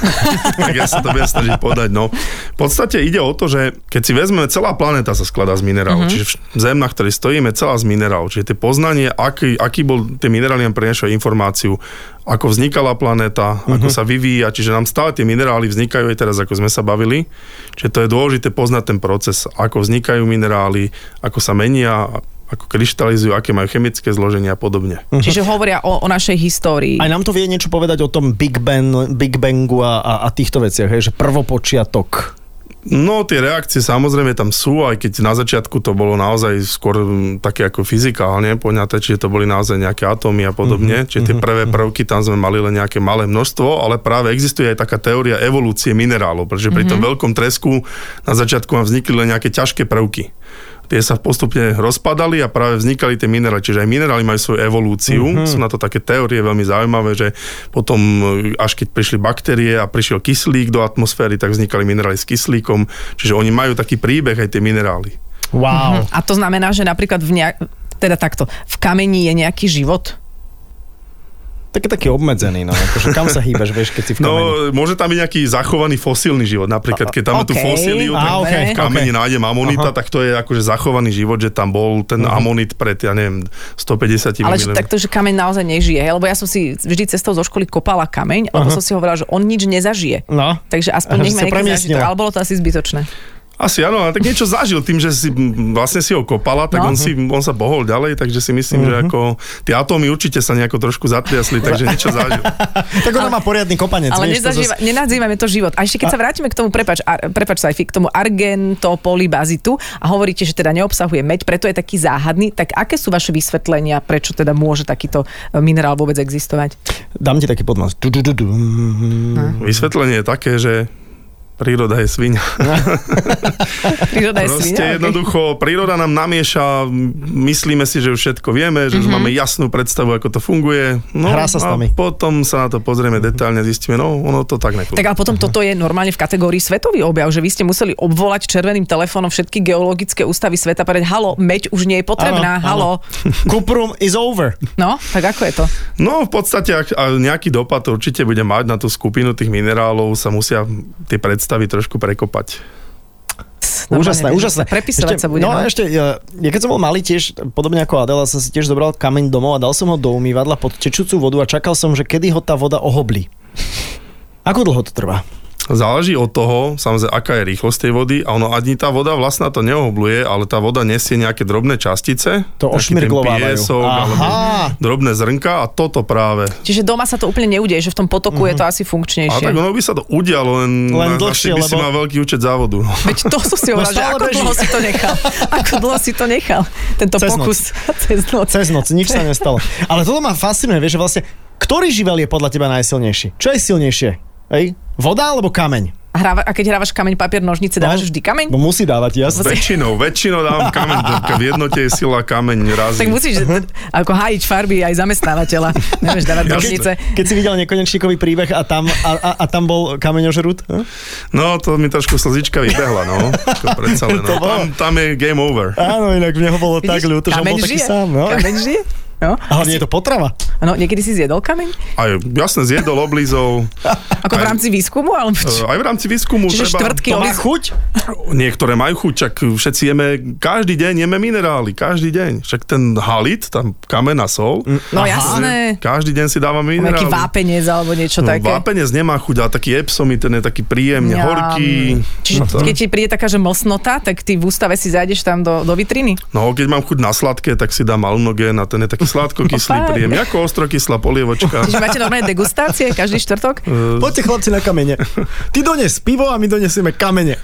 [SPEAKER 3] tak ja sa to budem snažiť podať. No. V podstate ide o to, že keď si vezmeme, celá planéta sa skladá z
[SPEAKER 2] Mhm.
[SPEAKER 3] minerálov. Mm-hmm. Čiže vš- zem, na ktorej stojíme, je celá z minerálov. Čiže tie poznanie, aký, aký bol, tie minerály nám prinešajú informáciu, ako vznikala planéta, mm-hmm.
[SPEAKER 2] Mhm.
[SPEAKER 3] ako sa vyvíja. Čiže nám stále tie minerály vznikajú aj teraz, ako sme sa bavili. Čiže to je dôležité poznať ten proces, ako vznikajú minerály, ako sa menia, ako kryštalizujú, aké majú chemické zloženie a podobne.
[SPEAKER 4] Čiže hovoria o, o našej histórii.
[SPEAKER 2] Mhm. Aj nám to vie niečo povedať o tom Big, ben, Big Bangu a, a, a týchto veciach, hej, že prvopočiatok.
[SPEAKER 3] No, tie reakcie samozrejme tam sú, aj keď na začiatku to bolo naozaj skôr mm, také ako fyzikálne poňaté, čiže to boli naozaj nejaké atómy a podobne, mm-hmm. čiže tie prvé prvky tam sme mali len nejaké malé množstvo, ale práve existuje aj taká teória evolúcie minerálov, pretože pri tom veľkom tresku na začiatku vám vznikli len nejaké ťažké prvky. Tie sa postupne rozpadali a práve vznikali tie minerály. Čiže aj minerály majú svoju evolúciu. Mm-hmm. Sú na to také teórie veľmi zaujímavé, že potom e, až keď prišli baktérie a prišiel kyslík do atmosféry, tak vznikali minerály s kyslíkom. Čiže oni majú taký príbeh aj tie minerály.
[SPEAKER 2] Wow.
[SPEAKER 4] A to znamená, že napríklad v nejak, teda takto, v kameni je nejaký život.
[SPEAKER 2] Taký taký obmedzený, no. Akože kam sa hýbaš, vieš, keď si v kameni?
[SPEAKER 3] No, môže tam byť nejaký zachovaný fosílny život. Napríklad, keď tam okay. tú
[SPEAKER 4] Okej.
[SPEAKER 3] fosíliu,
[SPEAKER 2] Á,
[SPEAKER 3] tak
[SPEAKER 2] okej,
[SPEAKER 3] v kameni
[SPEAKER 2] okej.
[SPEAKER 3] nájdem amonita, tak to je akože zachovaný život, že tam bol ten amonit pred, ja neviem, 150
[SPEAKER 4] Ale
[SPEAKER 3] miliónmi.
[SPEAKER 4] že takto, že kameň naozaj nežije. hej? Lebo ja som si vždy cestou zo školy kopala kameň, lebo som si hovorila, že on nič nezažije.
[SPEAKER 2] No.
[SPEAKER 4] Takže aspoň
[SPEAKER 2] Aha, že
[SPEAKER 4] nech ma
[SPEAKER 2] sa
[SPEAKER 4] niekedy zažije.
[SPEAKER 2] premiestnila.
[SPEAKER 4] Ale bolo to asi zbytočné.
[SPEAKER 3] Asi áno, ale tak niečo zažil tým, že si m, vlastne si ho kopala, tak on,
[SPEAKER 4] No.
[SPEAKER 3] si, on sa bohol ďalej, takže si myslím, že ako tie atómy určite sa nejako trošku zatriasli, takže niečo zažil.
[SPEAKER 2] Tak ona má poriadny kopanec,
[SPEAKER 4] Ale
[SPEAKER 2] vieš, to
[SPEAKER 4] nezažíva,
[SPEAKER 2] zas-
[SPEAKER 4] nenazývame to život. A ešte keď sa vrátime k tomu, prepač, ar, prepač Saifi, k tomu argentopolibazitu a hovoríte, že teda neobsahuje meď, preto je taký záhadný, tak aké sú vaše vysvetlenia, prečo teda môže takýto e, minerál vôbec existovať?
[SPEAKER 2] Dám ti taký podmas. Du, du, du, du.
[SPEAKER 4] No.
[SPEAKER 3] Vysvetlenie je také, že príroda je svinia.
[SPEAKER 4] Príroda je
[SPEAKER 3] Proste
[SPEAKER 4] svinia, okej.
[SPEAKER 3] jednoducho, príroda nám namieša, myslíme si, že už všetko vieme, že mm-hmm. už máme jasnú predstavu, ako to funguje. No,
[SPEAKER 2] Hrá sa s
[SPEAKER 3] a
[SPEAKER 2] nami.
[SPEAKER 3] potom sa na to pozrieme detálne, zistíme, no ono to tak
[SPEAKER 4] Tak
[SPEAKER 3] nefunguje.
[SPEAKER 4] ale potom toto je normálne v kategórii svetový objav, že vy ste museli obvolať červeným telefónom všetky geologické ústavy sveta a povedať, halo, meď už nie je potrebná,
[SPEAKER 2] Áno,
[SPEAKER 4] halo.
[SPEAKER 2] Kuprum is over.
[SPEAKER 4] No, tak ako je to?
[SPEAKER 3] No v podstate ak, a nejaký dopad to určite bude mať na tú skupinu tých minerálov, sa musia tie predstavy trošku prekopať.
[SPEAKER 4] Normálne,
[SPEAKER 2] úžasné,
[SPEAKER 4] vieš,
[SPEAKER 2] úžasné.
[SPEAKER 4] Prepisovať
[SPEAKER 2] ešte,
[SPEAKER 4] sa bude.
[SPEAKER 2] No, ešte, ja, ja keď som bol malý tiež, podobne ako Adela, som si tiež zobral kameň domov a dal som ho do umývadla pod tečúcu vodu a čakal som, že kedy ho tá voda ohoblí. Ako dlho to trvá?
[SPEAKER 3] Záleží od toho, samozrejme, aká je rýchlosť tej vody a ono ani tá voda vlastná to neobluje, ale tá voda nesie nejaké drobné častice.
[SPEAKER 2] To
[SPEAKER 3] taký ten
[SPEAKER 2] ošmirglovávajú.
[SPEAKER 3] piesok alebo
[SPEAKER 2] Aha.
[SPEAKER 3] drobné zrnka a toto práve
[SPEAKER 4] Čiže doma sa to úplne neudeje, že v tom potoku
[SPEAKER 2] Mhm.
[SPEAKER 4] je to asi
[SPEAKER 3] A
[SPEAKER 4] funkčnejšie.
[SPEAKER 3] tak ono by sa to udialo, len,
[SPEAKER 2] Len
[SPEAKER 3] na-
[SPEAKER 2] dlhšie,
[SPEAKER 3] asi by si
[SPEAKER 2] lebo-
[SPEAKER 3] mal veľký účet závodu. no.
[SPEAKER 4] Veď to som si
[SPEAKER 2] No
[SPEAKER 4] hovorila, že
[SPEAKER 2] stále
[SPEAKER 4] ako
[SPEAKER 2] beží.
[SPEAKER 4] dlho si to nechal. Ako dlho si to nechal, tento
[SPEAKER 2] Cez noc.
[SPEAKER 4] pokus. Cez noc.
[SPEAKER 2] Cez noc, nič sa nestalo. Ale toto ma fascinuje, vieš, že vlastne, ktorý živel je podľa teba najsilnejší? Čo je silnejšie? Hej? Voda alebo kameň?
[SPEAKER 4] A, hráva, a keď hrávaš kameň, papier, nožnice, dávaš vždy kameň?
[SPEAKER 2] No musí dávať, jasne.
[SPEAKER 3] Väčšinou, väčšinou dávam kameň, Dorka, v jednote je sila kameň razí.
[SPEAKER 4] Tak musíš
[SPEAKER 2] Mhm.
[SPEAKER 4] t- ako hájiť farby aj zamestnávateľa. Nevieš dávať
[SPEAKER 3] Jasné.
[SPEAKER 4] nožnice.
[SPEAKER 2] Keď si videl nekonečníkový príbeh a tam, a, a, a tam bol kameňožrút? hm?
[SPEAKER 3] No, to mi trošku slzička vybehla, no. Ako Predsa len, no.
[SPEAKER 2] To bolo.
[SPEAKER 3] Tam, tam je game over.
[SPEAKER 2] Áno, inak mne ho bolo tak
[SPEAKER 4] Vidíš,
[SPEAKER 2] ľúto, že on
[SPEAKER 4] kameň
[SPEAKER 2] bol taký
[SPEAKER 4] žije.
[SPEAKER 2] sám. No.
[SPEAKER 4] Kameň žije? No.
[SPEAKER 2] Ale nie je to potrava.
[SPEAKER 4] no, niekedy si zjedol kameň?
[SPEAKER 3] Aj jasne, zjedol oblízov.
[SPEAKER 4] Ako v
[SPEAKER 3] Aj-
[SPEAKER 4] rámci výskumu? Alebo
[SPEAKER 3] e,
[SPEAKER 4] čo?
[SPEAKER 3] Aj v rámci výskumu
[SPEAKER 4] Čiže
[SPEAKER 3] treba...
[SPEAKER 4] štvrtky
[SPEAKER 2] To má
[SPEAKER 4] obliz...
[SPEAKER 2] chuť?
[SPEAKER 3] Niektoré majú chuť, čak všetci jeme, každý deň jeme minerály, každý deň. Však ten halit, tam kamen a sol,
[SPEAKER 4] No jasné.
[SPEAKER 3] každý deň si dávame minerály. No,
[SPEAKER 4] Nejaký vápenec alebo niečo
[SPEAKER 2] No,
[SPEAKER 4] také.
[SPEAKER 3] Vápenec nemá chuť, ale taký epsomy, ten je taký príjemne
[SPEAKER 4] Mňam.
[SPEAKER 3] horký.
[SPEAKER 4] Čiže
[SPEAKER 3] No to-
[SPEAKER 4] keď ti príde taká, že mosnota, tak ty v ústave si zajdeš tam do, do vitriny.
[SPEAKER 3] No, keď mám chuť na sladké, tak si dám alnogen a ten je taký sladkokyslý,
[SPEAKER 4] No, fajn.
[SPEAKER 3] príjemný, ako ostrokyslá polievočka.
[SPEAKER 4] Čiže máte normálne degustácie každý štvrtok?
[SPEAKER 2] Poďte chlapci na kamene. Ty dones pivo a my donesieme kamene.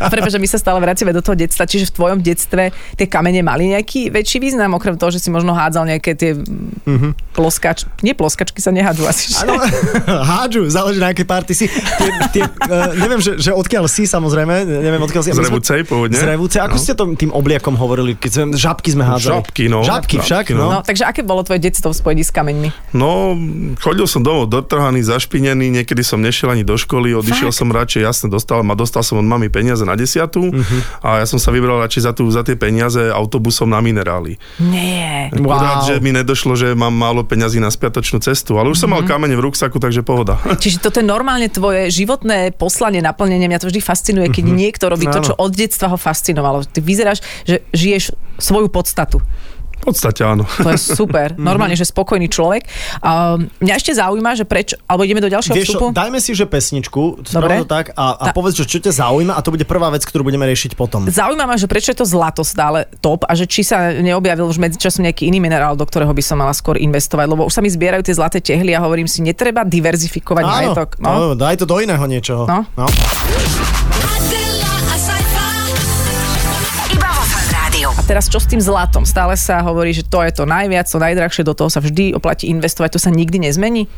[SPEAKER 4] A prepáč, že my sa stále vraciame do toho detstva, čiže v tvojom detstve tie kamene mali nejaký väčší význam, okrem toho, že si možno hádzal nejaké tie mm-hmm. ploskač... Nie, ploskačky sa nehádzajú asi. Že?
[SPEAKER 2] Mhm. Áno, hádžu, záleží na aké party si. Tie, tie, uh, neviem, že, že odkiaľ si samozrejme, neviem odkiaľ si.
[SPEAKER 3] Z
[SPEAKER 2] My sme-
[SPEAKER 3] Revúcej pôvodne. No.
[SPEAKER 2] Z Revúcej, ako ste tom, tým obliakom hovorili, keď sme, žabky sme hádzali.
[SPEAKER 3] Žabky, no.
[SPEAKER 2] Žabky však,
[SPEAKER 3] Žabky, no.
[SPEAKER 2] no.
[SPEAKER 4] No, takže aké bolo tvoje detstvo v spojení s kameňmi?
[SPEAKER 3] No, chodil som domov dotrhaný, zašpinený, niekedy som nešiel ani do školy, odišiel som radšej, jasne, dostal, ma dostal som od mami peniaze na desiatu a ja som sa vybral radšej za, tú, za tie peniaze autobusom na minerály.
[SPEAKER 4] Nie.
[SPEAKER 3] Akurát, že mi nedošlo, že mám málo peňazí na spiatočnú cestu, ale už som mal kamene v ruksaku, takže pohoda.
[SPEAKER 4] Čiže toto je normálne tvoje životné poslanie, naplnenie. Mňa to vždy fascinuje, keď
[SPEAKER 2] Mhm.
[SPEAKER 4] mm-hmm. niekto robí to,
[SPEAKER 3] Áno.
[SPEAKER 4] čo od detstva ho fascinovalo. Ty vyzeráš, že žiješ svoju podstatu.
[SPEAKER 3] V podstate áno.
[SPEAKER 4] To je
[SPEAKER 2] Mhm.
[SPEAKER 4] super. Normálne, že spokojný človek. A mňa ešte zaujíma, že prečo... Alebo ideme do ďalšieho
[SPEAKER 2] Vieš,
[SPEAKER 4] No, vstupu.
[SPEAKER 2] čo, dajme si, že pesničku,
[SPEAKER 4] Dobre.
[SPEAKER 2] Dobre. to tak, a, a
[SPEAKER 4] Tá-
[SPEAKER 2] povedz, že čo ťa zaujíma a to bude prvá vec, ktorú budeme riešiť potom.
[SPEAKER 4] Zaujíma ma, že prečo je to zlato stále top a že či sa neobjavil už medzičasom nejaký iný minerál, do ktorého by som mala skôr investovať, lebo už sa mi zbierajú tie zlaté tehly a hovorím si, netreba diverzifikovať majetok. No?
[SPEAKER 2] no, daj to do iného niečoho.
[SPEAKER 4] No.
[SPEAKER 2] No.
[SPEAKER 5] Adela, a Saifa.
[SPEAKER 1] Iba vo Fan Rádiu.
[SPEAKER 4] Teraz čo s tým zlatom? Stále sa hovorí, že to je to najviac, to najdrahšie, do toho sa vždy oplatí investovať, to sa nikdy nezmení.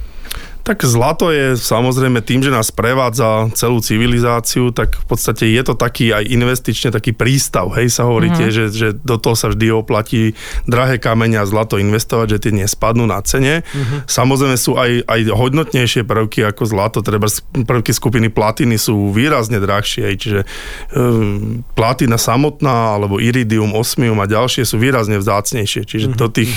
[SPEAKER 3] Tak zlato je samozrejme tým, že nás prevádza celú civilizáciu, tak v podstate je to taký aj investične taký prístav, hej, sa hovorí mm-hmm. tie, že, že do toho sa vždy oplatí drahé kamene a zlato investovať, že tie nespadnú na cene. Mm-hmm. Samozrejme sú aj, aj hodnotnejšie prvky ako zlato, treba s- prvky skupiny platiny sú výrazne drahšie, hej, čiže um, platina samotná alebo iridium, osmium a ďalšie sú výrazne vzácnejšie, čiže do tých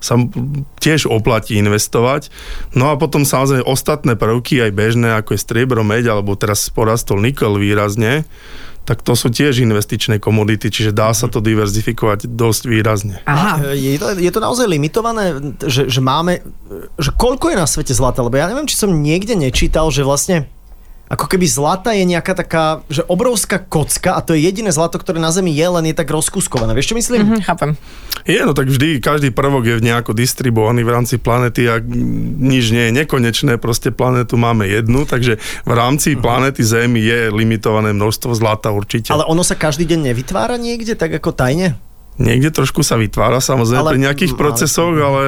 [SPEAKER 3] sa m- tiež oplatí investovať. No a potom samozrejme ostatné prvky, aj bežné, ako je striebro, meď, alebo teraz porastol nikel výrazne, tak to sú tiež investičné komodity, čiže dá sa to diverzifikovať dosť výrazne.
[SPEAKER 2] E,
[SPEAKER 4] Aha,
[SPEAKER 2] Je to, je to naozaj limitované, t- že, že máme, e, že koľko je na svete zlata, lebo ja neviem, či som niekde nečítal, že vlastne ako keby zlata je nejaká taká, že obrovská kocka a to je jediné zlato, ktoré na Zemi je, len je tak rozkuskované. Vieš, čo myslím?
[SPEAKER 4] hm, chápem.
[SPEAKER 3] Je, no tak vždy, každý prvok je nejako distribuovaný v rámci planety a nič nie je nekonečné, proste planetu máme jednu, takže v
[SPEAKER 2] Mhm.
[SPEAKER 3] rámci planety Zem je limitované množstvo zlata určite.
[SPEAKER 2] Ale ono sa každý deň nevytvára niekde, tak ako tajne?
[SPEAKER 3] Niekde trošku sa vytvára samozrejme
[SPEAKER 2] Ale- mm,
[SPEAKER 3] pri nejakých
[SPEAKER 2] ale-
[SPEAKER 3] procesoch, ale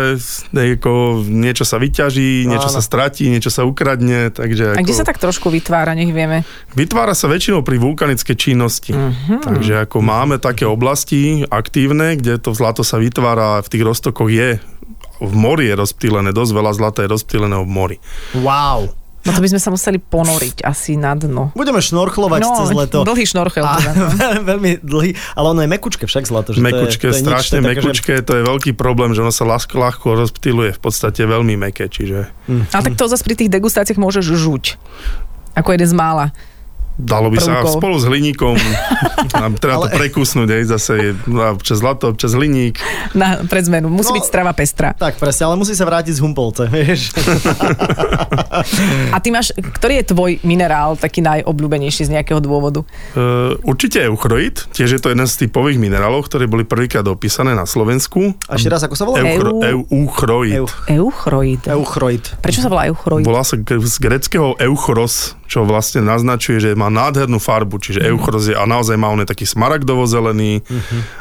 [SPEAKER 3] nejako, niečo sa vyťaží, niečo
[SPEAKER 2] Áno.
[SPEAKER 3] sa stratí, niečo sa ukradne, takže
[SPEAKER 4] A
[SPEAKER 3] ako,
[SPEAKER 4] kde sa tak trošku vytvára, nech vieme.
[SPEAKER 3] vytvára sa väčšinou pri vulkanickej činnosti.
[SPEAKER 2] Mhm.
[SPEAKER 3] Mm-hmm. Takže ako máme také oblasti aktívne, kde to zlato sa vytvára, v tých roztokoch je v mori je rozptýlené, dosť veľa zlata je rozptýleného v mori.
[SPEAKER 2] Wow.
[SPEAKER 4] No to by sme sa museli ponoriť asi na dno.
[SPEAKER 2] Budeme šnorchlovať
[SPEAKER 4] No,
[SPEAKER 2] cez leto.
[SPEAKER 4] dlhý šnorchel.
[SPEAKER 2] A,
[SPEAKER 4] Teda.
[SPEAKER 2] veľmi dlhý, ale ono je mekučke však zlato. Že
[SPEAKER 3] Mekučke,
[SPEAKER 2] to je, to je nič, to
[SPEAKER 3] strašne
[SPEAKER 2] je také, že-
[SPEAKER 3] mekučke, to je veľký problém, že ono sa ľahko, ľahko rozptýluje, v podstate veľmi meké, čiže
[SPEAKER 4] A tak to zase pri tých degustáciách môžeš žuť. Ako jeden z mála.
[SPEAKER 3] Dalo by sa
[SPEAKER 4] Prvkov.
[SPEAKER 3] spolu s hliníkom, nám treba to
[SPEAKER 2] Ale-
[SPEAKER 3] prekusnúť, aj zase je no, občas zlato, občas hliník.
[SPEAKER 4] Na, pred zmenu. Musí
[SPEAKER 2] No.
[SPEAKER 4] no, byť strava pestrá.
[SPEAKER 2] Tak presne, ale musí sa vrátiť z Humpolce, vieš.
[SPEAKER 4] A ty máš, ktorý je tvoj minerál taký najobľúbenejší z nejakého dôvodu?
[SPEAKER 3] E, určite euchroid, tiež je to jeden z typových minerálov, ktoré boli prvýkrát opísané na Slovensku.
[SPEAKER 2] A ešte raz, ako sa volá?
[SPEAKER 4] Eu-
[SPEAKER 3] Euchro,
[SPEAKER 4] Eu-
[SPEAKER 3] euchroid.
[SPEAKER 2] Euch-
[SPEAKER 4] Euchroid.
[SPEAKER 2] Euchroid.
[SPEAKER 4] Prečo sa volá euchroid?
[SPEAKER 3] Volá sa gr- z greckého euchros, čo vlastne naznačuje, že má nádhernú farbu, čiže euchros je a naozaj má on je taký smaragdovo-zelený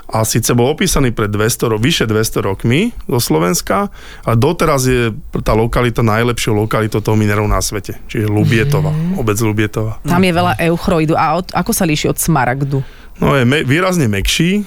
[SPEAKER 3] a síce bol opísaný pred 200, ro- vyše 200 rokmi zo Slovenska a doteraz je tá lokalita najlepšou lokalitou toho mineru na svete, čiže Lubietova, obec Lubietova.
[SPEAKER 4] Tam je veľa euchroidu. A od, ako sa líši od smaragdu?
[SPEAKER 3] No je me- výrazne mekší,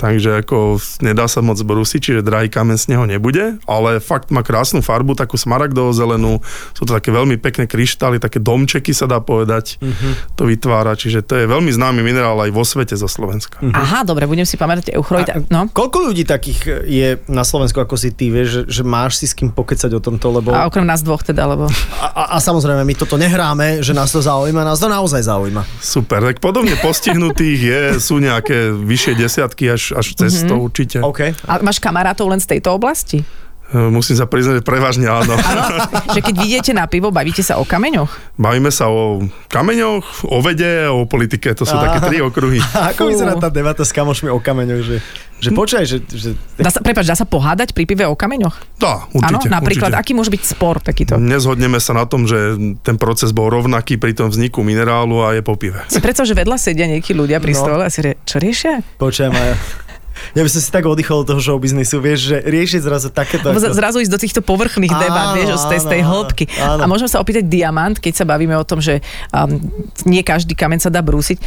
[SPEAKER 3] takže ako nedá sa moc brusiť, čiže drahý kamen z neho nebude, ale fakt má krásnu farbu, takú smaragdovo zelenú, sú to také veľmi pekné kryštály, také domčeky sa dá povedať, mm-hmm. to vytvára, čiže to je veľmi známy minerál aj vo svete zo Slovenska. Mm-hmm.
[SPEAKER 4] Aha, dobre, budem si pamätať euchroid. A, no.
[SPEAKER 2] Koľko ľudí takých je na Slovensku ako si ty, vieš, že, že máš si s kým pokecať o tomto, lebo... A,
[SPEAKER 4] A okrem nás dvoch teda, lebo...
[SPEAKER 2] a, a samozrejme, my toto nehráme, že nás to zaujíma, nás to naozaj zaujíma.
[SPEAKER 3] Super, tak podobne postihnutých je, sú nejaké vyššie desiatky až, až
[SPEAKER 4] Mhm.
[SPEAKER 3] cez mm-hmm. to určite.
[SPEAKER 2] OK.
[SPEAKER 4] A máš kamarátov len z tejto oblasti?
[SPEAKER 3] E, Musím sa priznať, že prevažne áno.
[SPEAKER 4] Že keď vidíte na pivo, bavíte sa o kameňoch?
[SPEAKER 3] Bavíme sa o kameňoch, o vede, o politike, to sú také tri okruhy.
[SPEAKER 2] A ako
[SPEAKER 4] Fú.
[SPEAKER 2] vyzerá tá debata s kamošmi o kameňoch, že, že počkaj, že, že
[SPEAKER 4] Dá sa, prepáč, dá sa pohádať pri pive o kameňoch?
[SPEAKER 3] Dá,
[SPEAKER 4] Áno,
[SPEAKER 3] určite.
[SPEAKER 4] napríklad,
[SPEAKER 3] určite.
[SPEAKER 4] aký môže byť spor takýto?
[SPEAKER 3] Nezhodneme sa na tom, že ten proces bol rovnaký pri tom vzniku minerálu a je po pive.
[SPEAKER 4] Si predstav, že vedľa sedia nejakí ľudia pri
[SPEAKER 2] No.
[SPEAKER 4] stole a si rie, čo riešia?
[SPEAKER 2] počkaj, Maja. Ja by som si tak oddychol od toho showbiznisu, vieš, že riešiť zrazu takéto...
[SPEAKER 4] Lebo za- zrazu ísť do týchto povrchných
[SPEAKER 2] Áno,
[SPEAKER 4] debát, vieš, z tej, z tej
[SPEAKER 2] áno,
[SPEAKER 4] hĺbky.
[SPEAKER 2] áno.
[SPEAKER 4] A môžeme sa opýtať diamant, keď sa bavíme o tom, že um, nie každý kameň sa dá brúsiť.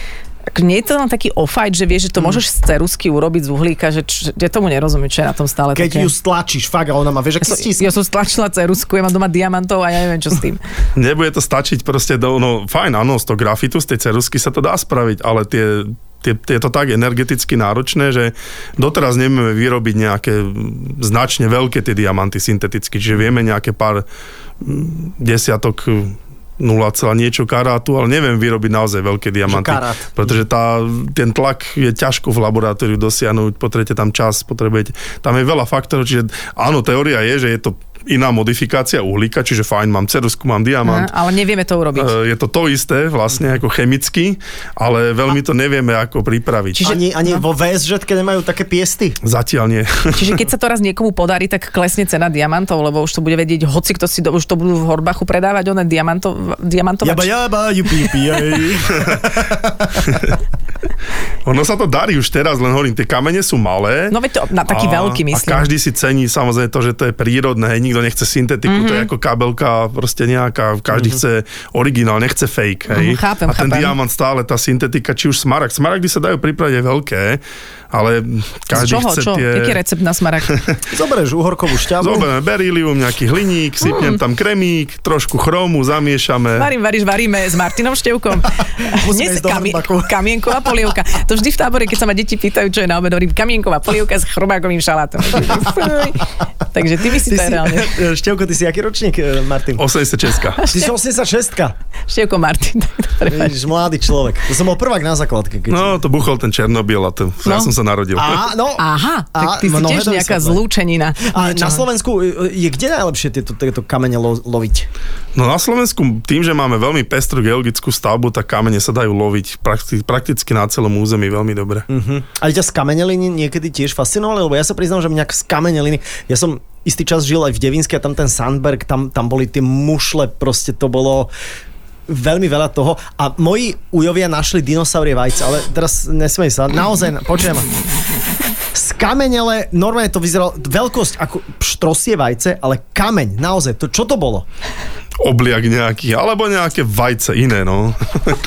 [SPEAKER 4] Ak Nie je to len taký ofajt, že vieš, že to
[SPEAKER 2] Mm.
[SPEAKER 4] môžeš z cerusky urobiť z uhlíka, že č- ja tomu nerozumiem, čo je na tom stále
[SPEAKER 2] Keď
[SPEAKER 4] také.
[SPEAKER 2] ju stlačíš, fakt, a ona má, vieš,
[SPEAKER 4] ja,
[SPEAKER 2] aký
[SPEAKER 4] som,
[SPEAKER 2] stisk.
[SPEAKER 4] ja som stlačila cerusku, ja mám doma diamantov a ja neviem, čo s tým.
[SPEAKER 3] Nebude to stačiť proste do, no fajn, áno, z toho grafitu, z tej cerusky sa to dá spraviť, ale tie, tie, tie je to tak energeticky náročné, že doteraz nevieme vyrobiť nejaké mm, značne veľké tie diamanty synteticky, čiže vieme nejaké pár mm, desiatok mm, 0, niečo karátu, ale neviem vyrobiť naozaj veľké diamanty.
[SPEAKER 2] karát.
[SPEAKER 3] Pretože tá, ten tlak je ťažko v laboratóriu dosiahnuť, potrebujete tam čas, potrebujete, tam je veľa faktorov, čiže áno, teória je, že je to iná modifikácia uhlíka, čiže fajn, mám cerusku, mám diamant,
[SPEAKER 4] Aha, ale nevieme
[SPEAKER 2] Eh.
[SPEAKER 4] to urobiť.
[SPEAKER 3] E, Je to to isté, vlastne ako chemicky, ale veľmi to nevieme, ako pripraviť.
[SPEAKER 2] Čiže, ani ani no. vo VSŽ nemajú také piesty.
[SPEAKER 3] Zatiaľ nie.
[SPEAKER 4] Čiže keď sa to raz niekomu podarí, tak klesne cena diamantov, lebo už to bude vedieť hoci kto si, do, už to budú v Horbachu predávať, one diamantov, diamantovačky.
[SPEAKER 2] Jaba, jaba, ju pípi, jej.
[SPEAKER 3] Ono sa to darí už teraz, len hovorím, tie kamene sú malé.
[SPEAKER 4] No veď to na taký veľký myslím.
[SPEAKER 3] A každý si cení samozrejme to, že to je prírodné, hej, nikto nechce syntetiku, mm-hmm. to je
[SPEAKER 4] Mhm.
[SPEAKER 3] ako kabelka proste nejaká, každý mm-hmm. chce originál, nechce fake, hej.
[SPEAKER 4] Mhm, chápem,
[SPEAKER 3] a ten
[SPEAKER 4] chápem.
[SPEAKER 3] diamant stále, tá syntetika, či už smaragd. Smaragdy sa dajú pripraviť aj veľké, ale
[SPEAKER 4] Z
[SPEAKER 3] každý
[SPEAKER 4] čoho,
[SPEAKER 3] chce
[SPEAKER 4] čo?
[SPEAKER 3] tie...
[SPEAKER 4] Aký je recept na smaragd?
[SPEAKER 2] Zoberieš uhorkovú šťavu.
[SPEAKER 3] Zoberieme berílium, nejaký hliník,
[SPEAKER 4] Mm.
[SPEAKER 3] sypnem tam kremík, trošku chromu, zamiešame.
[SPEAKER 4] Varím, varíš, varíme s Martinom Števkom.
[SPEAKER 2] Musíme
[SPEAKER 4] Dnes
[SPEAKER 2] ísť do hrbaku.
[SPEAKER 4] kamienková polievka. To vždy v tábore, keď sa ma deti pýtajú, čo je na obed, hovorím kamienková polievka s chrobákovým šalátom. Fuj. Takže ty by si
[SPEAKER 2] Ty
[SPEAKER 4] to
[SPEAKER 2] si,
[SPEAKER 4] je reálne.
[SPEAKER 2] Števko, ty si aký ročník, eh, Martin?
[SPEAKER 3] 80 Česka.
[SPEAKER 2] Ty si 86
[SPEAKER 4] Števko Martin. tak to prepáč.
[SPEAKER 2] Vidíš, mladý človek. To som bol prvák na základke. Keď
[SPEAKER 3] No, to buchol ten Černobyl a to, ja
[SPEAKER 4] No.
[SPEAKER 3] som sa narodil.
[SPEAKER 2] A, no.
[SPEAKER 4] Aha,
[SPEAKER 2] A-
[SPEAKER 4] tak ty si
[SPEAKER 2] mnohé
[SPEAKER 4] tiež
[SPEAKER 2] to
[SPEAKER 4] nejaká
[SPEAKER 2] vysvetľuje.
[SPEAKER 4] zlúčenina.
[SPEAKER 2] A na
[SPEAKER 4] No.
[SPEAKER 2] Slovensku eh, je kde najlepšie tieto, tieto kamene lo, loviť?
[SPEAKER 3] No na Slovensku tým, že máme veľmi pestrú geologickú stavbu, tak kamene sa dajú loviť prakti- prakticky na celom území veľmi dobre.
[SPEAKER 2] A ťa skameneliny niekedy tiež fascinovali? Lebo ja sa priznám, že mňa skameneliny... Ja som istý čas žil aj v Devinske a tam ten Sandberg, tam, tam boli tie mušle, proste to bolo veľmi veľa toho. A moji ujovia našli dinosaurie vajce, ale teraz nesmej sa. Naozaj, počujem. Skamenele, normálne to vyzeralo, veľkosť ako štrosie vajce, ale kameň, naozaj, to, čo to bolo?
[SPEAKER 3] Obliak nejaký, alebo nejaké vajce iné, no.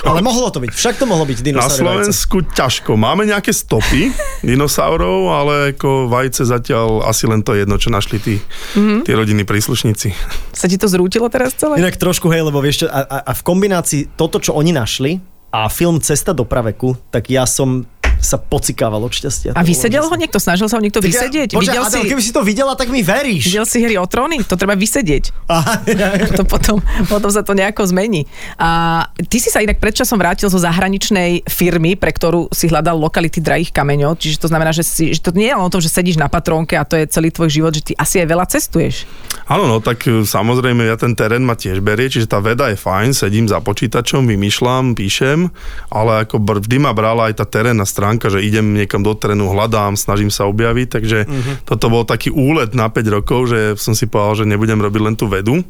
[SPEAKER 2] Ale mohlo to byť, však to mohlo byť
[SPEAKER 3] Na
[SPEAKER 2] dinosaurie vajce.
[SPEAKER 3] Slovensku ťažko. Máme nejaké stopy dinosaurov, ale ako vajce zatiaľ asi len to jedno, čo našli tí, tí rodinní príslušníci.
[SPEAKER 4] Sa ti to zrútilo teraz celé?
[SPEAKER 2] Inak trošku, hej, lebo vieš čo, a, a, a v kombinácii toto, čo oni našli a film Cesta do praveku, tak ja som sa pocikával od šťastia.
[SPEAKER 4] A vysedel ho niekto? Snažil sa ho niekto vysedieť? Videl
[SPEAKER 2] Adel,
[SPEAKER 4] si...
[SPEAKER 2] keby si to videla, tak mi veríš.
[SPEAKER 4] Videl si hry o tróny? To treba vysedieť.
[SPEAKER 2] Aha, ja, ja.
[SPEAKER 4] to potom, potom sa to nejako zmení. A ty si sa inak predčasom vrátil zo zahraničnej firmy, pre ktorú si hľadal lokality drahých kameňov, čiže to znamená, že, si, že to nie je len o tom, že sedíš na patrónke a to je celý tvoj život, že ty asi aj veľa cestuješ.
[SPEAKER 3] Áno, no tak e, samozrejme, ja ten terén ma tiež berie, čiže tá veda je fajn, sedím za počítačom, vymýšľam, píšem, ale ako br- vždy ma brala aj tá terénna stránka, že idem niekam do terénu, hľadám, snažím sa objaviť, takže toto bol taký úlet na 5 rokov, že som si povedal, že nebudem robiť len tú vedu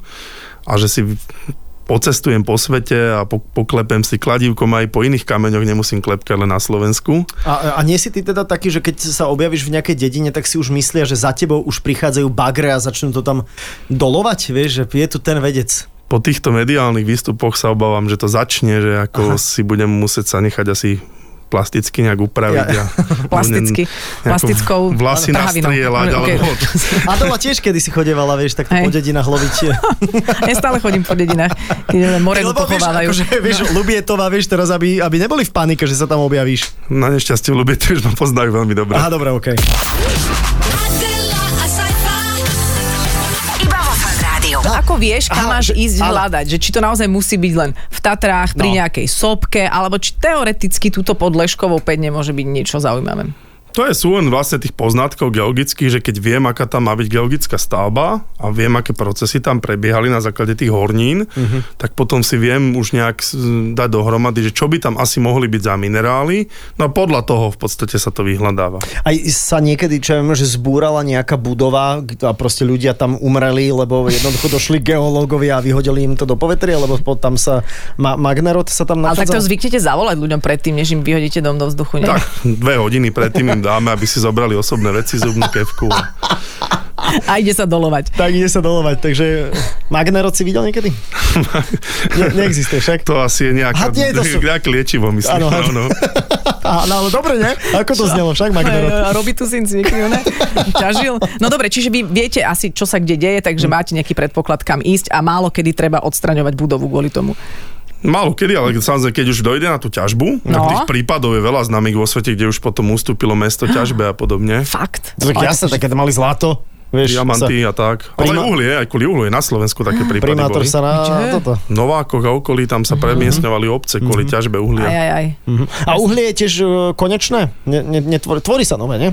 [SPEAKER 3] a že si pocestujem po svete a po- poklepem si kladívkom aj po iných kameňoch, nemusím klepkať len na Slovensku.
[SPEAKER 2] A, a nie si ty teda taký, že keď sa objavíš v nejakej dedine, tak si už myslia, že za tebou už prichádzajú bagre a začnú to tam dolovať, vieš, že je tu ten vedec.
[SPEAKER 3] po týchto mediálnych výstupoch sa obávam, že to začne, že ako Aha. si budem musieť sa nechať asi plasticky nejak upraviť.
[SPEAKER 2] Ja-
[SPEAKER 3] Ja. A budem
[SPEAKER 4] Plasticky.
[SPEAKER 3] nejakú
[SPEAKER 4] Plastickou
[SPEAKER 3] Vlasy
[SPEAKER 4] trhavinou.
[SPEAKER 3] nastrieľať,
[SPEAKER 4] Ok.
[SPEAKER 3] alebo...
[SPEAKER 2] Adela tiež kedy si chodevala, vieš, tak po
[SPEAKER 4] Hej.
[SPEAKER 2] dedinách loviť.
[SPEAKER 4] Ja stále chodím po dedinách, kde morenu
[SPEAKER 2] Lebo vieš,
[SPEAKER 4] pochovávajú.
[SPEAKER 2] akože, vieš, no. Lubietova, vieš, teraz, aby, aby neboli v panike, že sa tam objavíš.
[SPEAKER 3] Na nešťastie v Lubieti už ma poznajú veľmi dobre.
[SPEAKER 2] Aha, dobre, okej.
[SPEAKER 5] Adela, a sci-fi.
[SPEAKER 1] Iba vo fan rádiu.
[SPEAKER 4] Ako vieš, kam
[SPEAKER 2] Aha,
[SPEAKER 4] máš
[SPEAKER 2] že-
[SPEAKER 4] ísť
[SPEAKER 2] áno.
[SPEAKER 4] hľadať? Že či to naozaj musí byť len v Tatrách, pri
[SPEAKER 2] No.
[SPEAKER 4] nejakej sopke, alebo či teoreticky túto pod Leškovou päť nemôže byť niečo zaujímavé.
[SPEAKER 3] To je súhrn vlastne tých poznatkov geologických, že keď viem, aká tam má byť geologická stavba a viem, aké procesy tam prebiehali na základe tých hornín, uh-huh.
[SPEAKER 4] Mhm.
[SPEAKER 3] tak potom si viem už nejak s- dať dohromady, že čo by tam asi mohli byť za minerály. No a podľa toho v podstate sa to vyhľadáva.
[SPEAKER 2] Aj sa niekedy, čo ja viem, že zbúrala nejaká budova a proste ľudia tam umreli, lebo jednoducho došli geológovia a vyhodili im to do povetria, lebo po- tam sa ma, Magnerot sa tam
[SPEAKER 4] Ale takto
[SPEAKER 2] nachádzal.
[SPEAKER 4] zvyknete zavolať ľuďom predtým, než im vyhodíte dom do vzduchu. Nie?
[SPEAKER 3] Tak, dve hodiny predtým im dáme, aby si zobrali osobné veci, zubnú kevku.
[SPEAKER 4] A ide sa dolovať.
[SPEAKER 2] Tak ide sa dolovať, takže Magnerot si videl niekedy? Ne, neexistuje však.
[SPEAKER 3] To asi
[SPEAKER 2] A
[SPEAKER 3] je nejaká,
[SPEAKER 2] nie, to sú-
[SPEAKER 3] nejaké liečivo,
[SPEAKER 2] Áno,
[SPEAKER 3] myslím. Áno,
[SPEAKER 2] áno.
[SPEAKER 3] áno.
[SPEAKER 2] Á, no, ale dobre, ne? Ako to znelo, však Magnerot.
[SPEAKER 4] A robí tu syn s niekým, ne? Ťažil. No dobre, čiže vy viete asi, čo sa kde deje,
[SPEAKER 2] Hm.
[SPEAKER 4] takže máte nejaký predpoklad, kam ísť a málo kedy treba odstraňovať budovu kvôli tomu.
[SPEAKER 3] Málo kedy, ale samozrejme, keď už dojde na tú ťažbu, no. tak
[SPEAKER 4] No.
[SPEAKER 3] tých prípadov je veľa známych vo svete, kde už potom ustúpilo mesto ťažbe a podobne.
[SPEAKER 4] Fakt.
[SPEAKER 2] No Tak
[SPEAKER 4] Ale-
[SPEAKER 2] jasne, také mali zlato. Vieš,
[SPEAKER 3] Diamanty
[SPEAKER 2] sa,
[SPEAKER 3] a tak. Ale
[SPEAKER 2] Prima-
[SPEAKER 3] aj uhlie, aj kvôli uhlie. Na Slovensku také prípady
[SPEAKER 2] primátor
[SPEAKER 3] boli.
[SPEAKER 2] sa na
[SPEAKER 4] Čo?
[SPEAKER 2] toto.
[SPEAKER 3] Novákoch a okolí tam sa premiestňovali obce
[SPEAKER 2] Mhm.
[SPEAKER 3] kvôli ťažbe
[SPEAKER 4] Aj,
[SPEAKER 3] uhlia.
[SPEAKER 4] aj, aj.
[SPEAKER 2] Hm. A uhlie je tiež e, konečné? Ne, ne, netvor, tvorí sa nové, nie?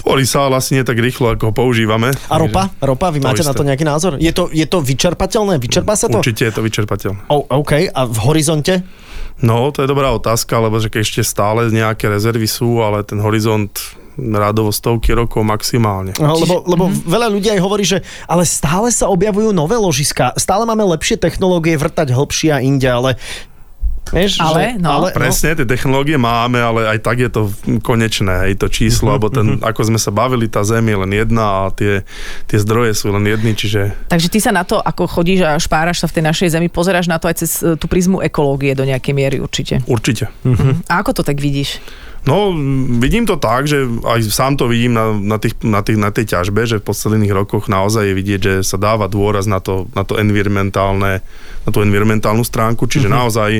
[SPEAKER 3] Tvorí sa ale asi nie tak rýchlo, ako ho používame.
[SPEAKER 2] A ropa? Ropa? Vy
[SPEAKER 3] To
[SPEAKER 2] máte na
[SPEAKER 3] isté.
[SPEAKER 2] to nejaký názor? Je to, je to vyčerpateľné? Vyčerpá sa to?
[SPEAKER 3] Určite je to vyčerpateľné.
[SPEAKER 2] O, OK. A v horizonte?
[SPEAKER 3] No, to je dobrá otázka, lebo že ešte stále nejaké rezervy sú, ale ten horizont rádovo stovky rokov maximálne.
[SPEAKER 2] No, Lebo, lebo veľa ľudí aj hovorí, že ale stále sa objavujú nové ložiska, stále máme lepšie technológie vrtať hlbšie a inde, ale Vieš,
[SPEAKER 4] Ale, no.
[SPEAKER 3] Presne, tie technológie máme, ale aj tak je to konečné, aj to číslo, lebo ten, ako sme sa bavili, tá zem je len jedna a tie, tie zdroje sú len jedny, čiže
[SPEAKER 4] Takže ty sa na to, ako chodíš a špáraš sa v tej našej zemi, pozeráš na to aj cez e, tú prizmu ekológie do nejakej miery určite.
[SPEAKER 3] určite.
[SPEAKER 2] Hm.
[SPEAKER 4] A ako to tak vidíš?
[SPEAKER 3] No, vidím to tak, že aj sám to vidím na, na, tých, na, tých, na tej ťažbe, že v posledných rokoch naozaj je vidieť, že sa dáva dôraz na, to, na, to environmentálne, na tú environmentálnu stránku, čiže mm-hmm. naozaj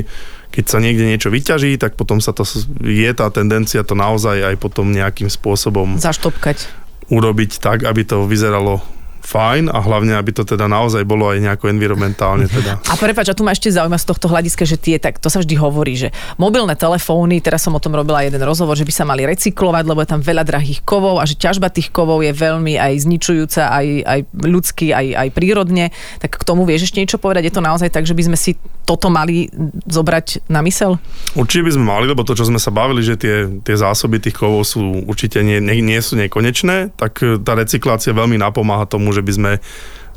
[SPEAKER 3] keď sa niekde niečo vyťaží, tak potom sa to, s- je tá tendencia to naozaj aj potom nejakým spôsobom
[SPEAKER 4] Zaštopkať.
[SPEAKER 3] urobiť tak, aby to vyzeralo fajn a hlavne, aby to teda naozaj bolo aj nejako environmentálne teda.
[SPEAKER 4] A prepáč, a tu ma ešte zaujíma z tohto hľadiska, že tie, tak to sa vždy hovorí, že mobilné telefóny, teraz som o tom robila jeden rozhovor, že by sa mali recyklovať, lebo je tam veľa drahých kovov a že ťažba tých kovov je veľmi aj zničujúca, aj, aj ľudsky, aj, aj prírodne. Tak k tomu vieš ešte niečo povedať? Je to naozaj tak, že by sme si toto mali zobrať na mysel?
[SPEAKER 3] Určite by sme mali, lebo to, čo sme sa bavili, že tie, tie zásoby tých kovov sú určite nie, nie, nie sú nekonečné, tak e, tá recyklácia veľmi napomáha tomu, že by sme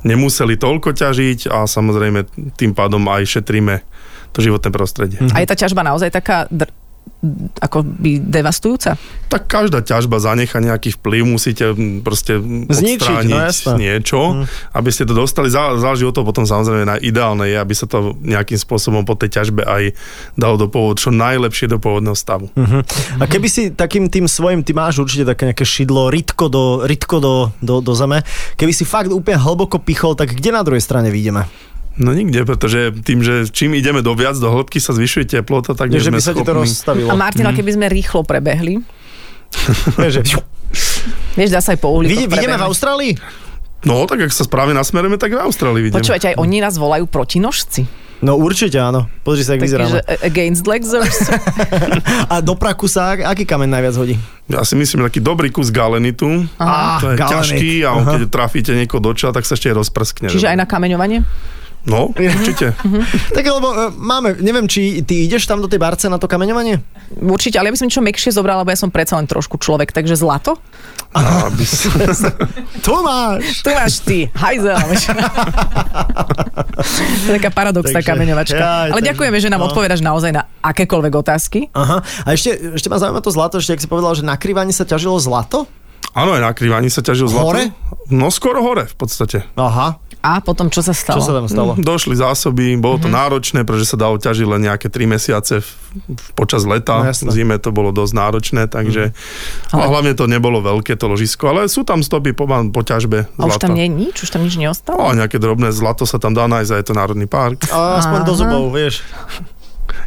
[SPEAKER 3] nemuseli toľko ťažiť a samozrejme tým pádom aj šetríme to životné prostredie.
[SPEAKER 2] Hm.
[SPEAKER 4] A je tá ťažba naozaj taká dr- ako by devastujúca?
[SPEAKER 3] tak každá ťažba zanecha nejaký vplyv, musíte mm, proste mm,
[SPEAKER 2] Zničiť,
[SPEAKER 3] odstrániť
[SPEAKER 2] no jasné.
[SPEAKER 3] niečo, aby ste to dostali. Zá- Záleží od toho potom samozrejme na ideálne je, aby sa to nejakým spôsobom po tej ťažbe aj dalo do pôvod, čo najlepšie do pôvodného stavu.
[SPEAKER 2] A keby si takým tým svojim, ty máš určite také nejaké šidlo, rytko do, rytko do, do, do zeme, keby si fakt úplne hlboko pichol, tak kde na druhej strane vidíme?
[SPEAKER 3] No nikde, pretože tým, že čím ideme do viac, do hĺbky sa zvyšuje teplota, tak nie
[SPEAKER 2] Nie, že by
[SPEAKER 3] sme
[SPEAKER 2] sa ti to
[SPEAKER 3] schopní-
[SPEAKER 2] rozstavilo.
[SPEAKER 4] A Martina, keby sme rýchlo prebehli,
[SPEAKER 2] Nie, že-
[SPEAKER 4] vieš, dá sa aj po uhlíkoch
[SPEAKER 2] Vide, vidíme v
[SPEAKER 4] prebehnúť.
[SPEAKER 2] Austrálii?
[SPEAKER 3] No, tak ak sa správne nasmerujeme, tak v Austrálii vidíme.
[SPEAKER 4] Počúvajte, aj oni nás volajú protinožci.
[SPEAKER 2] No určite áno. Pozri sa, jak vyzeráme.
[SPEAKER 4] Takže against Lexers.
[SPEAKER 2] A do praku sa ak- aký kameň najviac hodí?
[SPEAKER 3] Ja si myslím, že taký dobrý kus galenitu.
[SPEAKER 2] Á,
[SPEAKER 3] to je
[SPEAKER 2] galenik.
[SPEAKER 3] ťažký a on,
[SPEAKER 2] Aha.
[SPEAKER 3] keď trafíte niekoho do čela, tak sa ešte aj rozprskne.
[SPEAKER 4] Čiže aj Mhm. na kameňovanie?
[SPEAKER 3] No, určite.
[SPEAKER 2] Tak lebo e, máme, neviem, či ty ideš tam do tej barce na to kameňovanie?
[SPEAKER 4] Určite, ale ja by som niečo mekšie zobrala, lebo ja som predsa len trošku človek, takže zlato.
[SPEAKER 3] Aby si...
[SPEAKER 2] Tomáš!
[SPEAKER 4] To máš ty, hajzel. to je taká paradoxná
[SPEAKER 2] Takže-
[SPEAKER 4] kameňovačka.
[SPEAKER 2] Jaj,
[SPEAKER 4] ale
[SPEAKER 2] takže-
[SPEAKER 4] ďakujeme, že nám
[SPEAKER 2] no. odpovedáš
[SPEAKER 4] odpovedaš naozaj na akékoľvek otázky.
[SPEAKER 2] Aha, a ešte, ešte ma zaujíma to zlato, ešte ak si povedal, že na krývaní sa ťažilo zlato?
[SPEAKER 3] Áno, aj na krývaní sa ťažil zlato.
[SPEAKER 2] Hore?
[SPEAKER 3] No skoro hore v podstate.
[SPEAKER 2] Aha,
[SPEAKER 4] A potom, čo sa stalo?
[SPEAKER 2] čo sa tam stalo?
[SPEAKER 4] Mhm.
[SPEAKER 3] Došli zásoby, bolo to náročné, pretože sa dalo ťažiť len nejaké 3 mesiace v, v, počas leta.
[SPEAKER 2] No,
[SPEAKER 3] No,
[SPEAKER 2] jasné.
[SPEAKER 3] v zime to bolo dosť náročné, takže... Ale...
[SPEAKER 4] Mhm.
[SPEAKER 3] A hlavne to nebolo veľké to ložisko, ale sú tam stopy po, po ťažbe
[SPEAKER 4] A už
[SPEAKER 3] zlata.
[SPEAKER 4] tam nie je nič, už tam nič neostalo.
[SPEAKER 3] O, nejaké drobné zlato sa tam dá nájsť a je to národný park.
[SPEAKER 2] A aspoň do zubov, vieš.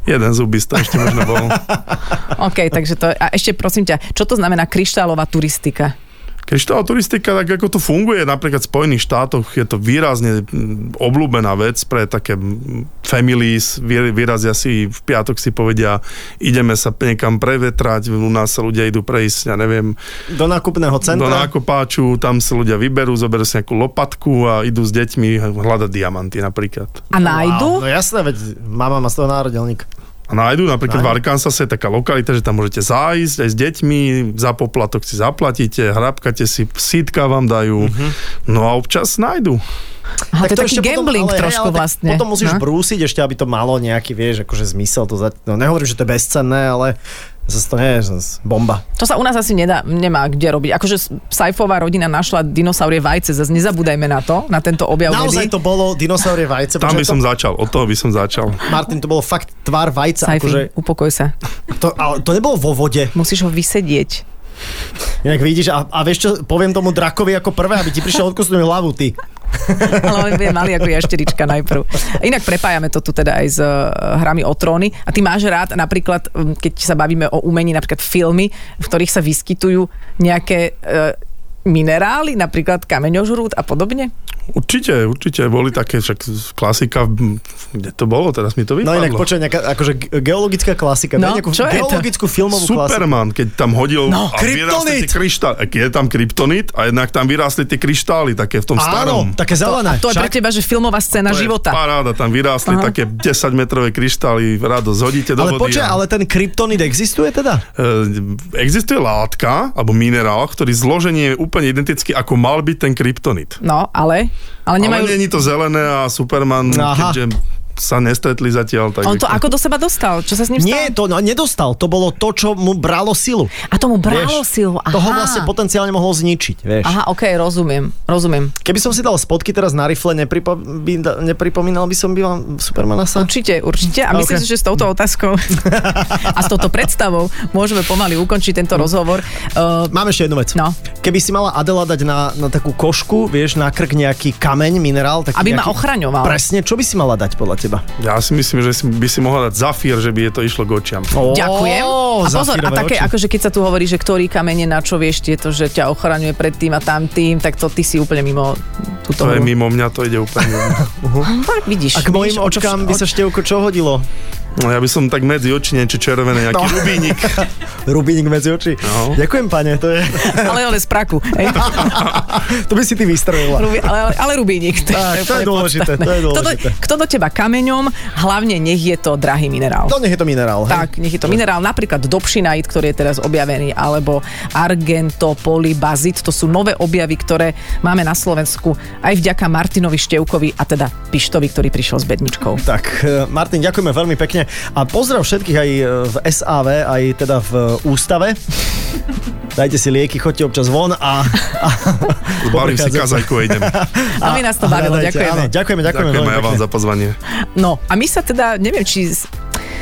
[SPEAKER 3] Jeden zubista ešte možno bol.
[SPEAKER 4] OK, takže to... A ešte prosím ťa, čo to znamená kryštálová turistika?
[SPEAKER 3] Kryštálová turistika, tak ako to funguje, napríklad v Spojených štátoch je to výrazne mm, obľúbená vec pre také mm, families, vy- vyrazia si, v piatok si povedia, ideme sa niekam prevetrať, u nás sa ľudia idú prejsť, ja neviem,
[SPEAKER 2] Do nákupného
[SPEAKER 3] do
[SPEAKER 2] centra.
[SPEAKER 3] nákopáču, tam sa ľudia vyberú, zoberú si nejakú lopatku a idú s deťmi hľadať diamanty napríklad.
[SPEAKER 4] A nájdu?
[SPEAKER 2] Wow, no jasné, veď mama má z toho národelník.
[SPEAKER 3] A nájdu napríklad v Arkansase je taká lokalita, že tam môžete zájsť aj s deťmi, za poplatok si zaplatíte, hrabkate si, sítka vám dajú, no a občas nájdu.
[SPEAKER 4] Aha, to je taký
[SPEAKER 2] ešte
[SPEAKER 4] gambling
[SPEAKER 2] potom, ale-
[SPEAKER 4] trošku
[SPEAKER 2] ale tak
[SPEAKER 4] vlastne.
[SPEAKER 2] Potom musíš
[SPEAKER 4] no?
[SPEAKER 2] brúsiť ešte, aby to malo nejaký, vieš, akože zmysel. To za... no, nehovorím, že to je bezcenné, ale zase to nie je zase bomba.
[SPEAKER 4] To sa u nás asi nedá, nemá kde robiť. Akože s- Saifová rodina našla dinosaurie vajce, zase nezabúdajme na to, na tento objav
[SPEAKER 2] Naozaj
[SPEAKER 4] vedy.
[SPEAKER 2] to bolo dinosaurie vajce.
[SPEAKER 3] Tam
[SPEAKER 2] počkaj,
[SPEAKER 3] by som
[SPEAKER 2] to,
[SPEAKER 3] začal, od toho by som začal.
[SPEAKER 2] Martin, to bolo fakt tvár vajca.
[SPEAKER 4] Saifi,
[SPEAKER 2] Akože,
[SPEAKER 4] upokoj sa.
[SPEAKER 2] to, ale to nebolo vo vode.
[SPEAKER 4] Musíš ho vysedieť.
[SPEAKER 2] Inak vidíš, a, a vieš čo, poviem tomu drakovi ako prvé, aby ti prišiel odkusnúť hlavu, ty.
[SPEAKER 4] Ale on je malý ako jašterička najprv. Inak prepájame to tu teda aj s eh, hrami o tróny. A ty máš rád napríklad, hm, keď sa bavíme o umení, napríklad filmy, v ktorých sa vyskytujú nejaké eh, minerály, napríklad kameňožrút a podobne.
[SPEAKER 3] Určite, určite, boli také, však klasika, m, kde to bolo, teraz mi to
[SPEAKER 2] No
[SPEAKER 3] vypadlo.
[SPEAKER 2] inak počuj, nejaká akože ge- geologická klasika.
[SPEAKER 4] No,
[SPEAKER 2] daj nejakú
[SPEAKER 4] čo je to?
[SPEAKER 2] geologickú filmovú klasiku.
[SPEAKER 3] Superman, keď tam hodil
[SPEAKER 2] No,
[SPEAKER 3] a vyrástli
[SPEAKER 2] kryptonit!
[SPEAKER 3] tie kryštály. Je tam kryptonit a jednak tam vyrástli tie kryštály, také v tom starom.
[SPEAKER 2] Áno, také zelené.
[SPEAKER 4] To
[SPEAKER 2] No,
[SPEAKER 4] je
[SPEAKER 2] však.
[SPEAKER 4] pre teba, že filmová scéna
[SPEAKER 3] To je
[SPEAKER 4] života.
[SPEAKER 3] Paráda, tam vyrástli
[SPEAKER 4] Aha.
[SPEAKER 3] také 10-metrové kryštály, rado zhodíte do
[SPEAKER 2] Ale
[SPEAKER 3] vody.
[SPEAKER 2] počkaj,
[SPEAKER 3] a-
[SPEAKER 2] ale ten kryptonit existuje teda?
[SPEAKER 3] E, existuje látka, alebo minerál, ktorý zloženie je úplne identický, ako mal byť ten kryptonit.
[SPEAKER 4] No, ale, ale nemajú...
[SPEAKER 3] Ale není to zelené a Superman,
[SPEAKER 2] Aha.
[SPEAKER 3] keďže sa nestretli zatiaľ. Tak
[SPEAKER 4] On to ako do seba dostal? Čo sa s ním stalo?
[SPEAKER 2] Nie, to no, nedostal. To bolo to, čo mu bralo silu.
[SPEAKER 4] A tomu bralo
[SPEAKER 2] Vieš,
[SPEAKER 4] silu. Aha.
[SPEAKER 2] Toho vlastne potenciálne mohlo zničiť, vieš.
[SPEAKER 4] Aha, ok, rozumiem, rozumiem.
[SPEAKER 2] Keby som si dal spotky teraz na rifle, nepripo- by, nepripomínal by som by vám Supermana sa?
[SPEAKER 4] Určite, určite.
[SPEAKER 2] Ok.
[SPEAKER 4] A
[SPEAKER 2] Mm.
[SPEAKER 4] myslím si, že s touto otázkou a s touto predstavou môžeme pomaly ukončiť
[SPEAKER 2] Mm.
[SPEAKER 4] tento rozhovor. Uh,
[SPEAKER 2] Mám ešte jednu vec.
[SPEAKER 4] No.
[SPEAKER 2] Keby si mala Adela dať na, na takú košku, vieš, na krk nejaký kameň, minerál, taký
[SPEAKER 4] Aby
[SPEAKER 2] nejaký...
[SPEAKER 4] ma ochraňoval.
[SPEAKER 2] Presne, čo by si mala dať podľa teba?
[SPEAKER 3] Ja si myslím, že si, by si mohla dať zafír, že by je to išlo k očiam.
[SPEAKER 2] Ó,
[SPEAKER 4] Ďakujem. a pozor, a
[SPEAKER 2] zafírové
[SPEAKER 4] také,
[SPEAKER 2] oči.
[SPEAKER 4] akože keď sa tu hovorí, že ktorý kamen je na čo, vieš tieto, že ťa ochraňuje pred tým a tam tým, tak to ty si úplne mimo túto
[SPEAKER 3] To je
[SPEAKER 4] hru.
[SPEAKER 3] mimo mňa, to ide úplne.
[SPEAKER 4] Tak vidíš.
[SPEAKER 2] A k mojim
[SPEAKER 4] vidíš,
[SPEAKER 2] očkám by sa Števko čo hodilo?
[SPEAKER 3] No, ja by som tak medzi oči niečo červené, nejaký no. rubínik.
[SPEAKER 2] Rubínik medzi oči.
[SPEAKER 3] No.
[SPEAKER 2] Ďakujem, pane, to je...
[SPEAKER 4] Ale ale z praku. Hej.
[SPEAKER 2] to by si ty vystrelila.
[SPEAKER 4] Rubi, ale, ale Rubínik. To,
[SPEAKER 2] Tak, to je
[SPEAKER 4] úplne
[SPEAKER 2] dôležité, to je
[SPEAKER 4] podstatné. Kto,
[SPEAKER 2] dôležité.
[SPEAKER 4] do, kto do teba kameňom, hlavne nech je to drahý minerál.
[SPEAKER 2] To nech je to minerál, hej?
[SPEAKER 4] Tak, nech je to minerál, napríklad dopšinait, ktorý je teraz objavený, alebo argentopoly, bazit, to sú nové objavy, ktoré máme na Slovensku aj vďaka Martinovi Števkovi a teda Pištovi, ktorý prišiel s bedničkou.
[SPEAKER 2] Tak, e, Martin, ďakujeme veľmi pekne a pozdrav všetkých aj e, v SAV, aj teda v e, ústave. Dajte si lieky, chodte občas von a... a
[SPEAKER 3] Balím si kazajku a idem.
[SPEAKER 4] A my nás to bavilo,
[SPEAKER 2] hľadajte,
[SPEAKER 4] ďakujeme.
[SPEAKER 2] Áno, ďakujeme, ďakujeme
[SPEAKER 3] Ďakujem
[SPEAKER 2] veľmi
[SPEAKER 3] aj ja vám
[SPEAKER 2] pekne.
[SPEAKER 3] za pozvanie.
[SPEAKER 4] No a my sa teda, neviem, či z-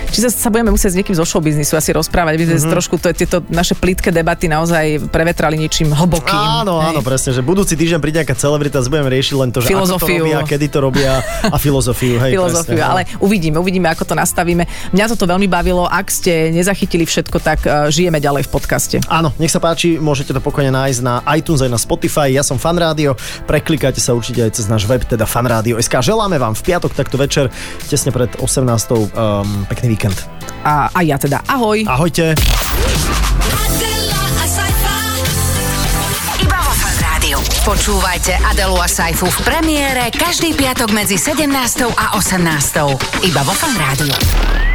[SPEAKER 4] či sa, sa budeme musieť s niekým zo showbiznisu asi rozprávať, my sme
[SPEAKER 2] Mhm.
[SPEAKER 4] mm-hmm. trošku to, tieto naše plítke debaty naozaj prevetrali niečím hlbokým.
[SPEAKER 2] Áno, áno, presne, že budúci týždeň príde nejaká celebrita, budem riešiť len to, že
[SPEAKER 4] Filozofiu.
[SPEAKER 2] ako to robia, kedy to robia a filozofiu, hej,
[SPEAKER 4] filozofiu,
[SPEAKER 2] presne,
[SPEAKER 4] ale uvidíme, uvidíme, ako to nastavíme. Mňa toto veľmi bavilo, ak ste nezachytili všetko, tak eh, žijeme ďalej v podcaste.
[SPEAKER 2] Áno, nech sa páči, môžete to pokojne nájsť na iTunes aj na Spotify. Ja som Fan Rádio, preklikáte sa určite aj cez náš web, teda fanradio.sk. Želáme vám v piatok takto večer, tesne pred 18. Um, pekný víkend.
[SPEAKER 4] A, a ja teda ahoj.
[SPEAKER 2] Ahojte.
[SPEAKER 5] Adela, a
[SPEAKER 1] Iba vo Fan Rádiu. Počúvajte Adelu a Saifu v premiére každý piatok medzi 17. a 18. Iba vo Fan Rádiu.